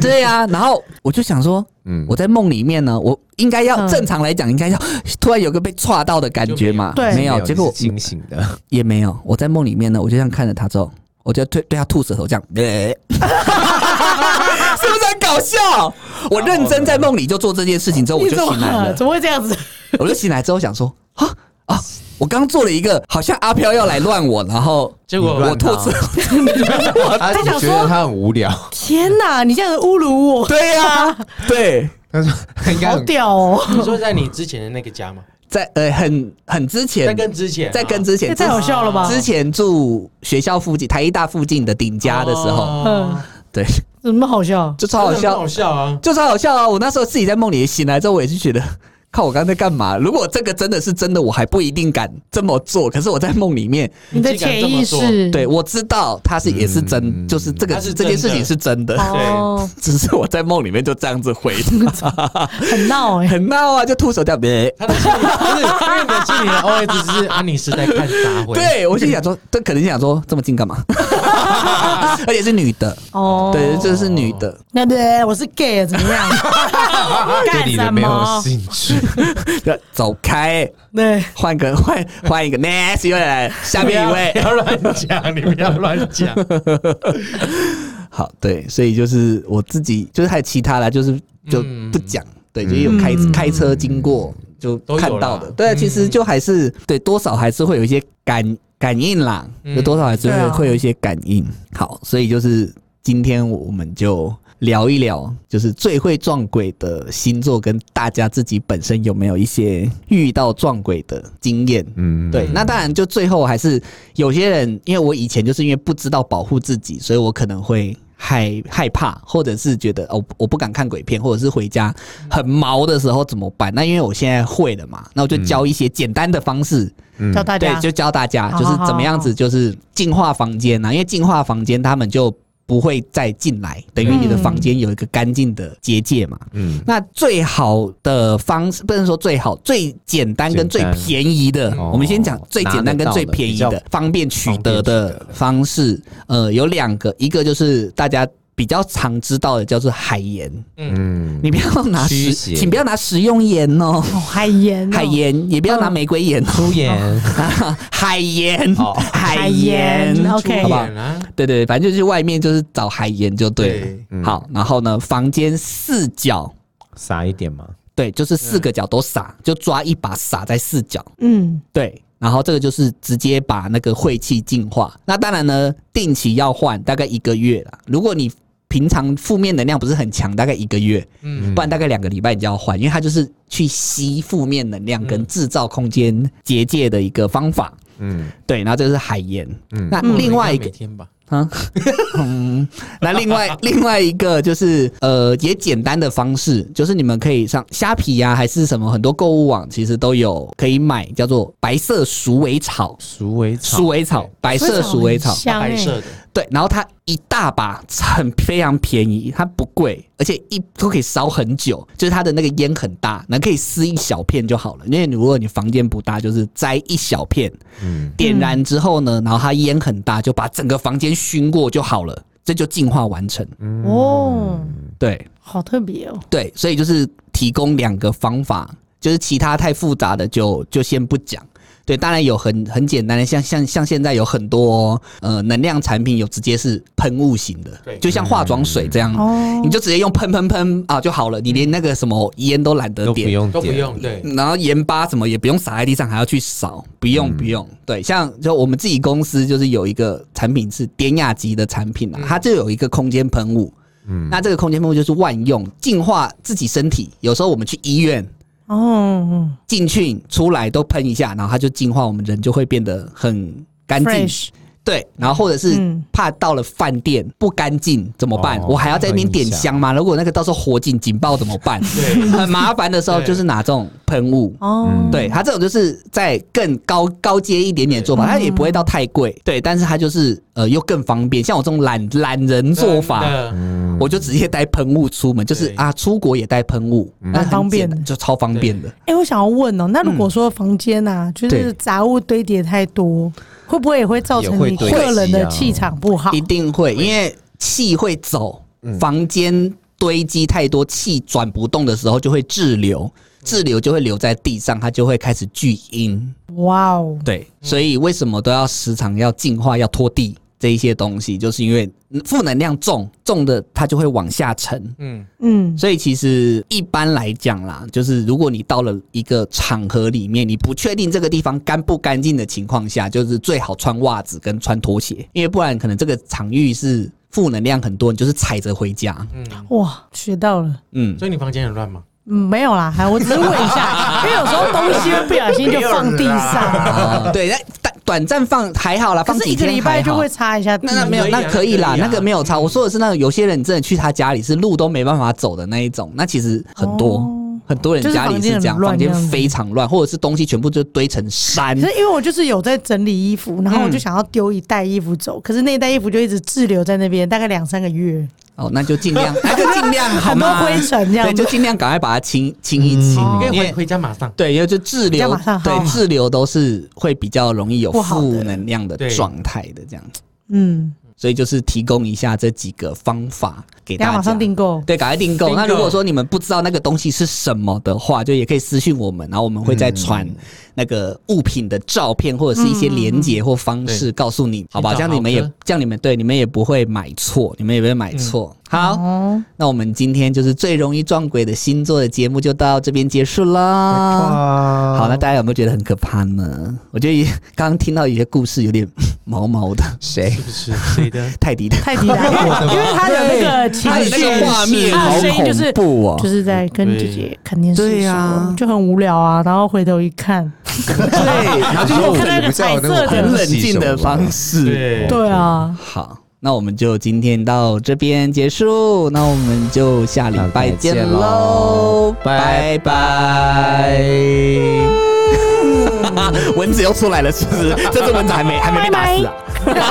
[SPEAKER 2] 对啊，然后我就想说，
[SPEAKER 3] 嗯
[SPEAKER 2] 我在梦里面呢，我应该要
[SPEAKER 1] 嗯
[SPEAKER 2] 正常来讲，应该要突然有个被歘到的感觉嘛，
[SPEAKER 1] 就没有对
[SPEAKER 2] 没有，
[SPEAKER 3] 你
[SPEAKER 2] 结果
[SPEAKER 3] 是清醒 的，
[SPEAKER 2] 也没有。我在梦里面呢，我就这样看着他之后，我就对对他吐舌头，这样， 呃是不是很搞笑？我认真在梦里就做这件事情之后，我
[SPEAKER 1] 你
[SPEAKER 2] 就
[SPEAKER 1] 怎么
[SPEAKER 2] 醒来了
[SPEAKER 1] 怎。么会这样子？
[SPEAKER 2] 我就醒来之后想说，啊啊，我刚做了一个好像阿飘要来乱我，然后
[SPEAKER 5] 结果
[SPEAKER 2] 我吐舌，
[SPEAKER 3] 他
[SPEAKER 1] 在想
[SPEAKER 3] 觉得
[SPEAKER 1] 说
[SPEAKER 3] 他很无聊，
[SPEAKER 1] 天哪，你这样子侮辱我，
[SPEAKER 2] 对呀、对，
[SPEAKER 3] 他说他应该
[SPEAKER 1] 好
[SPEAKER 3] 很
[SPEAKER 1] 屌哦！
[SPEAKER 5] 你说在你之前的那个家吗？
[SPEAKER 2] 在呃很很之
[SPEAKER 5] 在
[SPEAKER 2] 前，
[SPEAKER 5] 跟之前啊，
[SPEAKER 2] 在跟之
[SPEAKER 1] 这
[SPEAKER 2] 前之
[SPEAKER 1] 太好笑了吧？
[SPEAKER 2] 之前住学校附近台医大附近的顶家的时候，
[SPEAKER 1] 嗯
[SPEAKER 5] 哦，
[SPEAKER 2] 对，
[SPEAKER 1] 怎么好笑？
[SPEAKER 2] 就超好
[SPEAKER 5] 真的很
[SPEAKER 2] 笑
[SPEAKER 5] 好，笑啊！
[SPEAKER 2] 就超好笑啊！我那时候自己在梦里醒来之后，我也是觉得。看我刚才在干嘛？如果这个真的是真的，我还不一定敢这么做。可是我在梦里面，
[SPEAKER 1] 你的
[SPEAKER 5] 你竟然
[SPEAKER 1] 潜
[SPEAKER 5] 这么
[SPEAKER 1] 意
[SPEAKER 5] 做
[SPEAKER 1] 识
[SPEAKER 2] 对我知道他是也是真，
[SPEAKER 3] 嗯
[SPEAKER 2] 就是这个
[SPEAKER 5] 它是
[SPEAKER 2] 这件事情是真的。
[SPEAKER 1] 哦，
[SPEAKER 2] 只是我在梦里面就这样子回他，
[SPEAKER 1] 很闹 哎，
[SPEAKER 2] 很闹啊，就吐手掉。别，
[SPEAKER 5] 他的心里不是因为你的心里的 OS 是啊，你是在看杂烩，，
[SPEAKER 2] 对我心想说，这可能心想说这么近干嘛？而且是女的，
[SPEAKER 1] 哦，
[SPEAKER 2] 对，这是女的，
[SPEAKER 1] 那对，我是 gay 怎么样？干
[SPEAKER 5] 啊
[SPEAKER 3] 对你
[SPEAKER 1] 什
[SPEAKER 3] 的没有
[SPEAKER 1] 么？
[SPEAKER 3] 兴趣，
[SPEAKER 2] 走开，
[SPEAKER 1] 对，
[SPEAKER 2] 换个换换一个，next 又来下
[SPEAKER 5] 不
[SPEAKER 2] 面
[SPEAKER 5] 要
[SPEAKER 2] 一
[SPEAKER 5] 不
[SPEAKER 2] 位。
[SPEAKER 5] 哎要乱讲，你不要乱讲。
[SPEAKER 2] 好，对，所以就是我自己，就是还有其他啦，就是就
[SPEAKER 5] 嗯
[SPEAKER 2] 不讲，对，就有开开车经过就
[SPEAKER 5] 都有
[SPEAKER 2] 看到的，
[SPEAKER 5] 啦
[SPEAKER 2] 对，
[SPEAKER 5] 嗯
[SPEAKER 2] 其实就还是对多少还是会有一些感感应啦，
[SPEAKER 5] 嗯
[SPEAKER 2] 就多少还是
[SPEAKER 1] 对
[SPEAKER 2] 会
[SPEAKER 1] 啊
[SPEAKER 2] 会有一些感应。好，所以就是今天我们就聊一聊，就是最会撞鬼的星座，跟大家自己本身有没有一些遇到撞鬼的经验。
[SPEAKER 3] 嗯，
[SPEAKER 2] 对，那当然，就最后还是有些人，因为我以前就是因为不知道保护自己，所以我可能会害害怕，或者是觉得哦，我不敢看鬼片，或者是回家很毛的时候怎么办？那因为我现在会了嘛，那我就教一些简单的方式，
[SPEAKER 3] 嗯
[SPEAKER 1] 教大
[SPEAKER 2] 对，
[SPEAKER 1] 家
[SPEAKER 2] 就教大家
[SPEAKER 1] 好
[SPEAKER 2] 就是
[SPEAKER 1] 好
[SPEAKER 2] 怎么样子，
[SPEAKER 1] 好
[SPEAKER 2] 就是净化房间啊，因为净化房间他们就不会再进来，等于你的
[SPEAKER 1] 嗯
[SPEAKER 2] 房间有一个干净的结界嘛。
[SPEAKER 3] 嗯，
[SPEAKER 2] 那最好的方式，不能说最好，最简单跟最
[SPEAKER 3] 简单
[SPEAKER 2] 便宜的，
[SPEAKER 3] 嗯
[SPEAKER 2] 我们先讲最简单跟最便宜
[SPEAKER 3] 拿
[SPEAKER 2] 的
[SPEAKER 3] 得到的比，
[SPEAKER 2] 方便取得的方式。呃，有两个，一个就是大家。比较常知道的叫做海盐，
[SPEAKER 3] 嗯，
[SPEAKER 2] 你不要拿
[SPEAKER 3] 驱
[SPEAKER 2] 食，
[SPEAKER 3] 邪
[SPEAKER 2] 请不要拿食用盐哦，
[SPEAKER 1] 哦海盐哦，
[SPEAKER 2] 海盐也不要拿玫瑰盐，哦
[SPEAKER 3] 出演
[SPEAKER 2] 海盐
[SPEAKER 3] 哦，
[SPEAKER 2] 海
[SPEAKER 1] 海盐
[SPEAKER 2] 盐
[SPEAKER 5] 对
[SPEAKER 1] ，OK，
[SPEAKER 2] 好不好
[SPEAKER 5] 啊，
[SPEAKER 2] 对对，对反正就是外面就是找海盐就对了。
[SPEAKER 5] 对
[SPEAKER 3] 嗯
[SPEAKER 2] 好，然后呢，房间四角
[SPEAKER 3] 傻一点嘛，
[SPEAKER 2] 对，就是四
[SPEAKER 3] 嗯
[SPEAKER 2] 个角都撒，就抓一把撒在四角。
[SPEAKER 1] 嗯，
[SPEAKER 2] 对，然后这个就是直接把那个晦气净化。那当然呢，定期要换，大概一个月啦。如果你平常负面能量不是很强，大概一个月，
[SPEAKER 5] 嗯
[SPEAKER 2] 不然大概两个礼拜你就要换，因为它就是去吸负面能量跟制造空间结界的一个方法。
[SPEAKER 3] 嗯
[SPEAKER 2] 对，然后这个是海盐。
[SPEAKER 3] 嗯
[SPEAKER 2] 那另外一
[SPEAKER 5] 应该
[SPEAKER 2] 个
[SPEAKER 5] 每，天吧，
[SPEAKER 2] 嗯，那另外另外一个就是呃，也简单的方式，就是你们可以上虾皮呀、还是什么很多购物网，其实都有可以买，叫做白色鼠尾草。
[SPEAKER 3] 鼠尾草，
[SPEAKER 2] 鼠尾草，白色鼠尾草
[SPEAKER 1] 很，香
[SPEAKER 5] 白
[SPEAKER 1] 哎，
[SPEAKER 5] 色的，
[SPEAKER 2] 对，然后它一大把，很非常便宜，它不贵，而且一都可以烧很久，就是它的那个烟很大，那可以撕一小片就好了。因为你如果你房间不大，就是摘一小片，
[SPEAKER 3] 嗯
[SPEAKER 2] 点燃之后呢，然后它烟很大，就把整个房间熏过就好了，这就净化完成。
[SPEAKER 1] 哦，
[SPEAKER 2] 对
[SPEAKER 1] 好特别哦，
[SPEAKER 2] 对，所以就是提供两个方法，就是其他太复杂的就就先不讲。对，当然有很很简单的，像像像现在有很多呃能量产品有直接是喷雾型的，
[SPEAKER 5] 对
[SPEAKER 2] 就像化妆水这样，
[SPEAKER 1] 哦
[SPEAKER 2] 你就直接用喷喷喷啊就好了，你连那个什么烟都懒得
[SPEAKER 3] 都不
[SPEAKER 2] 点。
[SPEAKER 3] 用
[SPEAKER 5] 都不
[SPEAKER 3] 点
[SPEAKER 5] 用对。
[SPEAKER 2] 然后盐巴什么也不用撒在地上，还要去扫，不用不用。对，像就我们自己公司就是有一个产品是典雅级的产品啊，它就有一个空间喷雾。嗯，那这个空间喷雾就是万用，净化自己身体。有时候我们去医院
[SPEAKER 1] 哦
[SPEAKER 2] 进去出来都喷一下，然后它就净化我们人，就会变得很干净。
[SPEAKER 1] ，fresh，
[SPEAKER 2] 对，然后或者是
[SPEAKER 1] 嗯
[SPEAKER 2] 怕到了饭店不干净怎么办？
[SPEAKER 3] 哦
[SPEAKER 2] 我还要在那边点香吗？如果那个到时候火警警报怎么办？
[SPEAKER 5] 对
[SPEAKER 2] 很麻烦的时候
[SPEAKER 5] 对
[SPEAKER 2] 就是拿这种喷雾。
[SPEAKER 1] 哦，
[SPEAKER 3] 嗯
[SPEAKER 2] 对，它这种就是在更高高阶一点点的做法，它也不会到太
[SPEAKER 5] 嗯
[SPEAKER 2] 贵，对，但是它就是呃又更方便。像我这种懒懒人做
[SPEAKER 5] 真
[SPEAKER 2] 法，
[SPEAKER 5] 的
[SPEAKER 3] 嗯
[SPEAKER 2] 我就直接带喷雾出门，就是
[SPEAKER 5] 对嗯
[SPEAKER 2] 啊，出国也带喷雾，那很
[SPEAKER 1] 蛮方便
[SPEAKER 2] 简单
[SPEAKER 1] 的
[SPEAKER 2] 就超方便的。
[SPEAKER 1] 哎、我想要问哦，那如果说房间啊，就
[SPEAKER 2] 对
[SPEAKER 1] 是杂物堆叠太多，会不会也会造成
[SPEAKER 3] 也会
[SPEAKER 1] 你
[SPEAKER 3] 堆积
[SPEAKER 1] 个人的
[SPEAKER 3] 啊
[SPEAKER 1] 气场不好
[SPEAKER 2] 一？定会，因为气会走，
[SPEAKER 5] 嗯
[SPEAKER 2] 房间堆积太多气转不动的时候就会滞留，滞留就会留在地上，它就会开始聚阴。
[SPEAKER 1] 哇哦，
[SPEAKER 2] 对，所以为什么都要时常要净化、要拖地这一些东西，就是因为负能量重，重的它就会往下沉。
[SPEAKER 5] 嗯，
[SPEAKER 1] 嗯，
[SPEAKER 2] 所以其实一般来讲啦，就是如果你到了一个场合里面，你不确定这个地方干不干净的情况下，就是最好穿袜子跟穿拖鞋，因为不然可能这个场域是负能量很多，你就是踩着回家。
[SPEAKER 1] 哇，学到了。
[SPEAKER 2] 嗯，
[SPEAKER 5] 所以你房间很乱吗？
[SPEAKER 1] 嗯，没有啦，还我只是问一 下，因为有时候东西会不小心就放地上，
[SPEAKER 2] 啊，对，那短短暂放还好啦，
[SPEAKER 1] 可
[SPEAKER 2] 放
[SPEAKER 1] 是
[SPEAKER 2] 几
[SPEAKER 1] 一个
[SPEAKER 2] 天
[SPEAKER 1] 礼拜
[SPEAKER 2] 还
[SPEAKER 1] 就
[SPEAKER 2] 好
[SPEAKER 1] 会。擦一下地。
[SPEAKER 2] 那那没有，
[SPEAKER 5] 可以啊
[SPEAKER 2] 那可以啦，
[SPEAKER 5] 可以啊
[SPEAKER 2] 那个没有差。我说的是那个有些人真的去他家里是路都没办法走的那一种，那其实很多、
[SPEAKER 1] 哦
[SPEAKER 2] 很多人
[SPEAKER 1] 就是
[SPEAKER 2] 家里是这样，
[SPEAKER 1] 房
[SPEAKER 2] 房
[SPEAKER 1] 间很乱
[SPEAKER 2] 间
[SPEAKER 1] 这样子
[SPEAKER 2] 非常乱，或者是东西全部就堆成山
[SPEAKER 1] 可。是因为我就是有在整理衣服，然后我
[SPEAKER 2] 嗯
[SPEAKER 1] 就想要丢一袋衣服走，可是那一袋衣服就一直滞留在那边，大概两三个月，
[SPEAKER 2] 哦，那就尽 量，那就尽量好
[SPEAKER 1] 很多
[SPEAKER 2] 吗？
[SPEAKER 1] 灰尘这
[SPEAKER 2] 对，
[SPEAKER 1] 样
[SPEAKER 2] 就
[SPEAKER 1] 子。
[SPEAKER 2] 尽量赶快把它清清一清，
[SPEAKER 5] 你可以
[SPEAKER 2] 因
[SPEAKER 5] 回
[SPEAKER 2] 为
[SPEAKER 5] 回家马上。
[SPEAKER 2] 对，因为就滞
[SPEAKER 1] 这样
[SPEAKER 2] 留
[SPEAKER 1] 马上，好
[SPEAKER 2] 对滞留都是会比较容易有
[SPEAKER 1] 不好的
[SPEAKER 2] 负能量的
[SPEAKER 5] 对
[SPEAKER 2] 状态的这样子，
[SPEAKER 1] 嗯，
[SPEAKER 2] 所以就是提供一下这几个方法给
[SPEAKER 1] 等一
[SPEAKER 2] 大
[SPEAKER 1] 下
[SPEAKER 2] 家。
[SPEAKER 1] 马上订购。
[SPEAKER 2] 对，赶快订
[SPEAKER 5] 订
[SPEAKER 2] 购。
[SPEAKER 5] 购
[SPEAKER 2] 那如果说你们不知道那个东西是什么的话，就也可以私信我们，然后我们会再传那个物品的照片或者是一些连接或方式告诉你，好吧？
[SPEAKER 5] 寻
[SPEAKER 2] 这
[SPEAKER 5] 找
[SPEAKER 2] 样你们也
[SPEAKER 5] 好的
[SPEAKER 2] 这样你们对你们也不会买错，你们也不会买错。好，
[SPEAKER 1] 哦，
[SPEAKER 2] 那我们今天就是最容易撞鬼的星座的节目就到这边结束啦。
[SPEAKER 3] 哇
[SPEAKER 2] 好，那大家有没有觉得很可怕呢？我觉得刚刚听到一些故事有点毛毛的，
[SPEAKER 3] 谁
[SPEAKER 5] 是不是谁的？
[SPEAKER 2] 泰迪的。
[SPEAKER 1] 泰 迪来，因为他的那个情
[SPEAKER 2] 他的那
[SPEAKER 1] 绪
[SPEAKER 2] 个画面
[SPEAKER 1] 他
[SPEAKER 2] 好
[SPEAKER 1] 的声音就是
[SPEAKER 2] 恐怖哦！
[SPEAKER 1] 就是在跟姐姐看电视的时候，
[SPEAKER 2] 对呀
[SPEAKER 1] 就很无聊啊。然后回头一看，哎
[SPEAKER 2] 对，哎然后就是
[SPEAKER 1] 我
[SPEAKER 2] 用
[SPEAKER 1] 看到一个彩色的
[SPEAKER 2] 很冷静的方式。
[SPEAKER 5] 对，
[SPEAKER 1] 对啊，
[SPEAKER 2] 好，那我们就今天到这边结束，那我们就下礼拜见喽，拜
[SPEAKER 3] 拜
[SPEAKER 2] 拜。 蚊子又出来了，是不 是？这只蚊子还没还没被打死啊？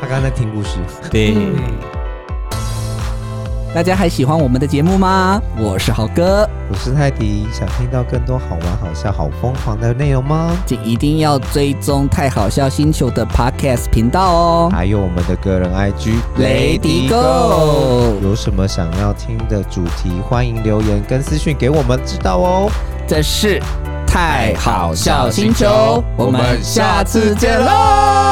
[SPEAKER 3] 他刚刚在听故事。
[SPEAKER 2] 对。大家还喜欢我们的节目吗？我是豪哥，
[SPEAKER 3] 我是泰迪，想听到更多好玩、好笑、好疯狂的内容吗？
[SPEAKER 2] 请一定要追踪太好笑星球的 Podcast 频道哦。
[SPEAKER 3] 还有我们的个人 IG
[SPEAKER 2] Lady Go
[SPEAKER 3] 有什么想要听的主题，欢迎留言跟私讯给我们知道哦。
[SPEAKER 2] 这是太好笑星球，我们下次见喽。
[SPEAKER 1] 哎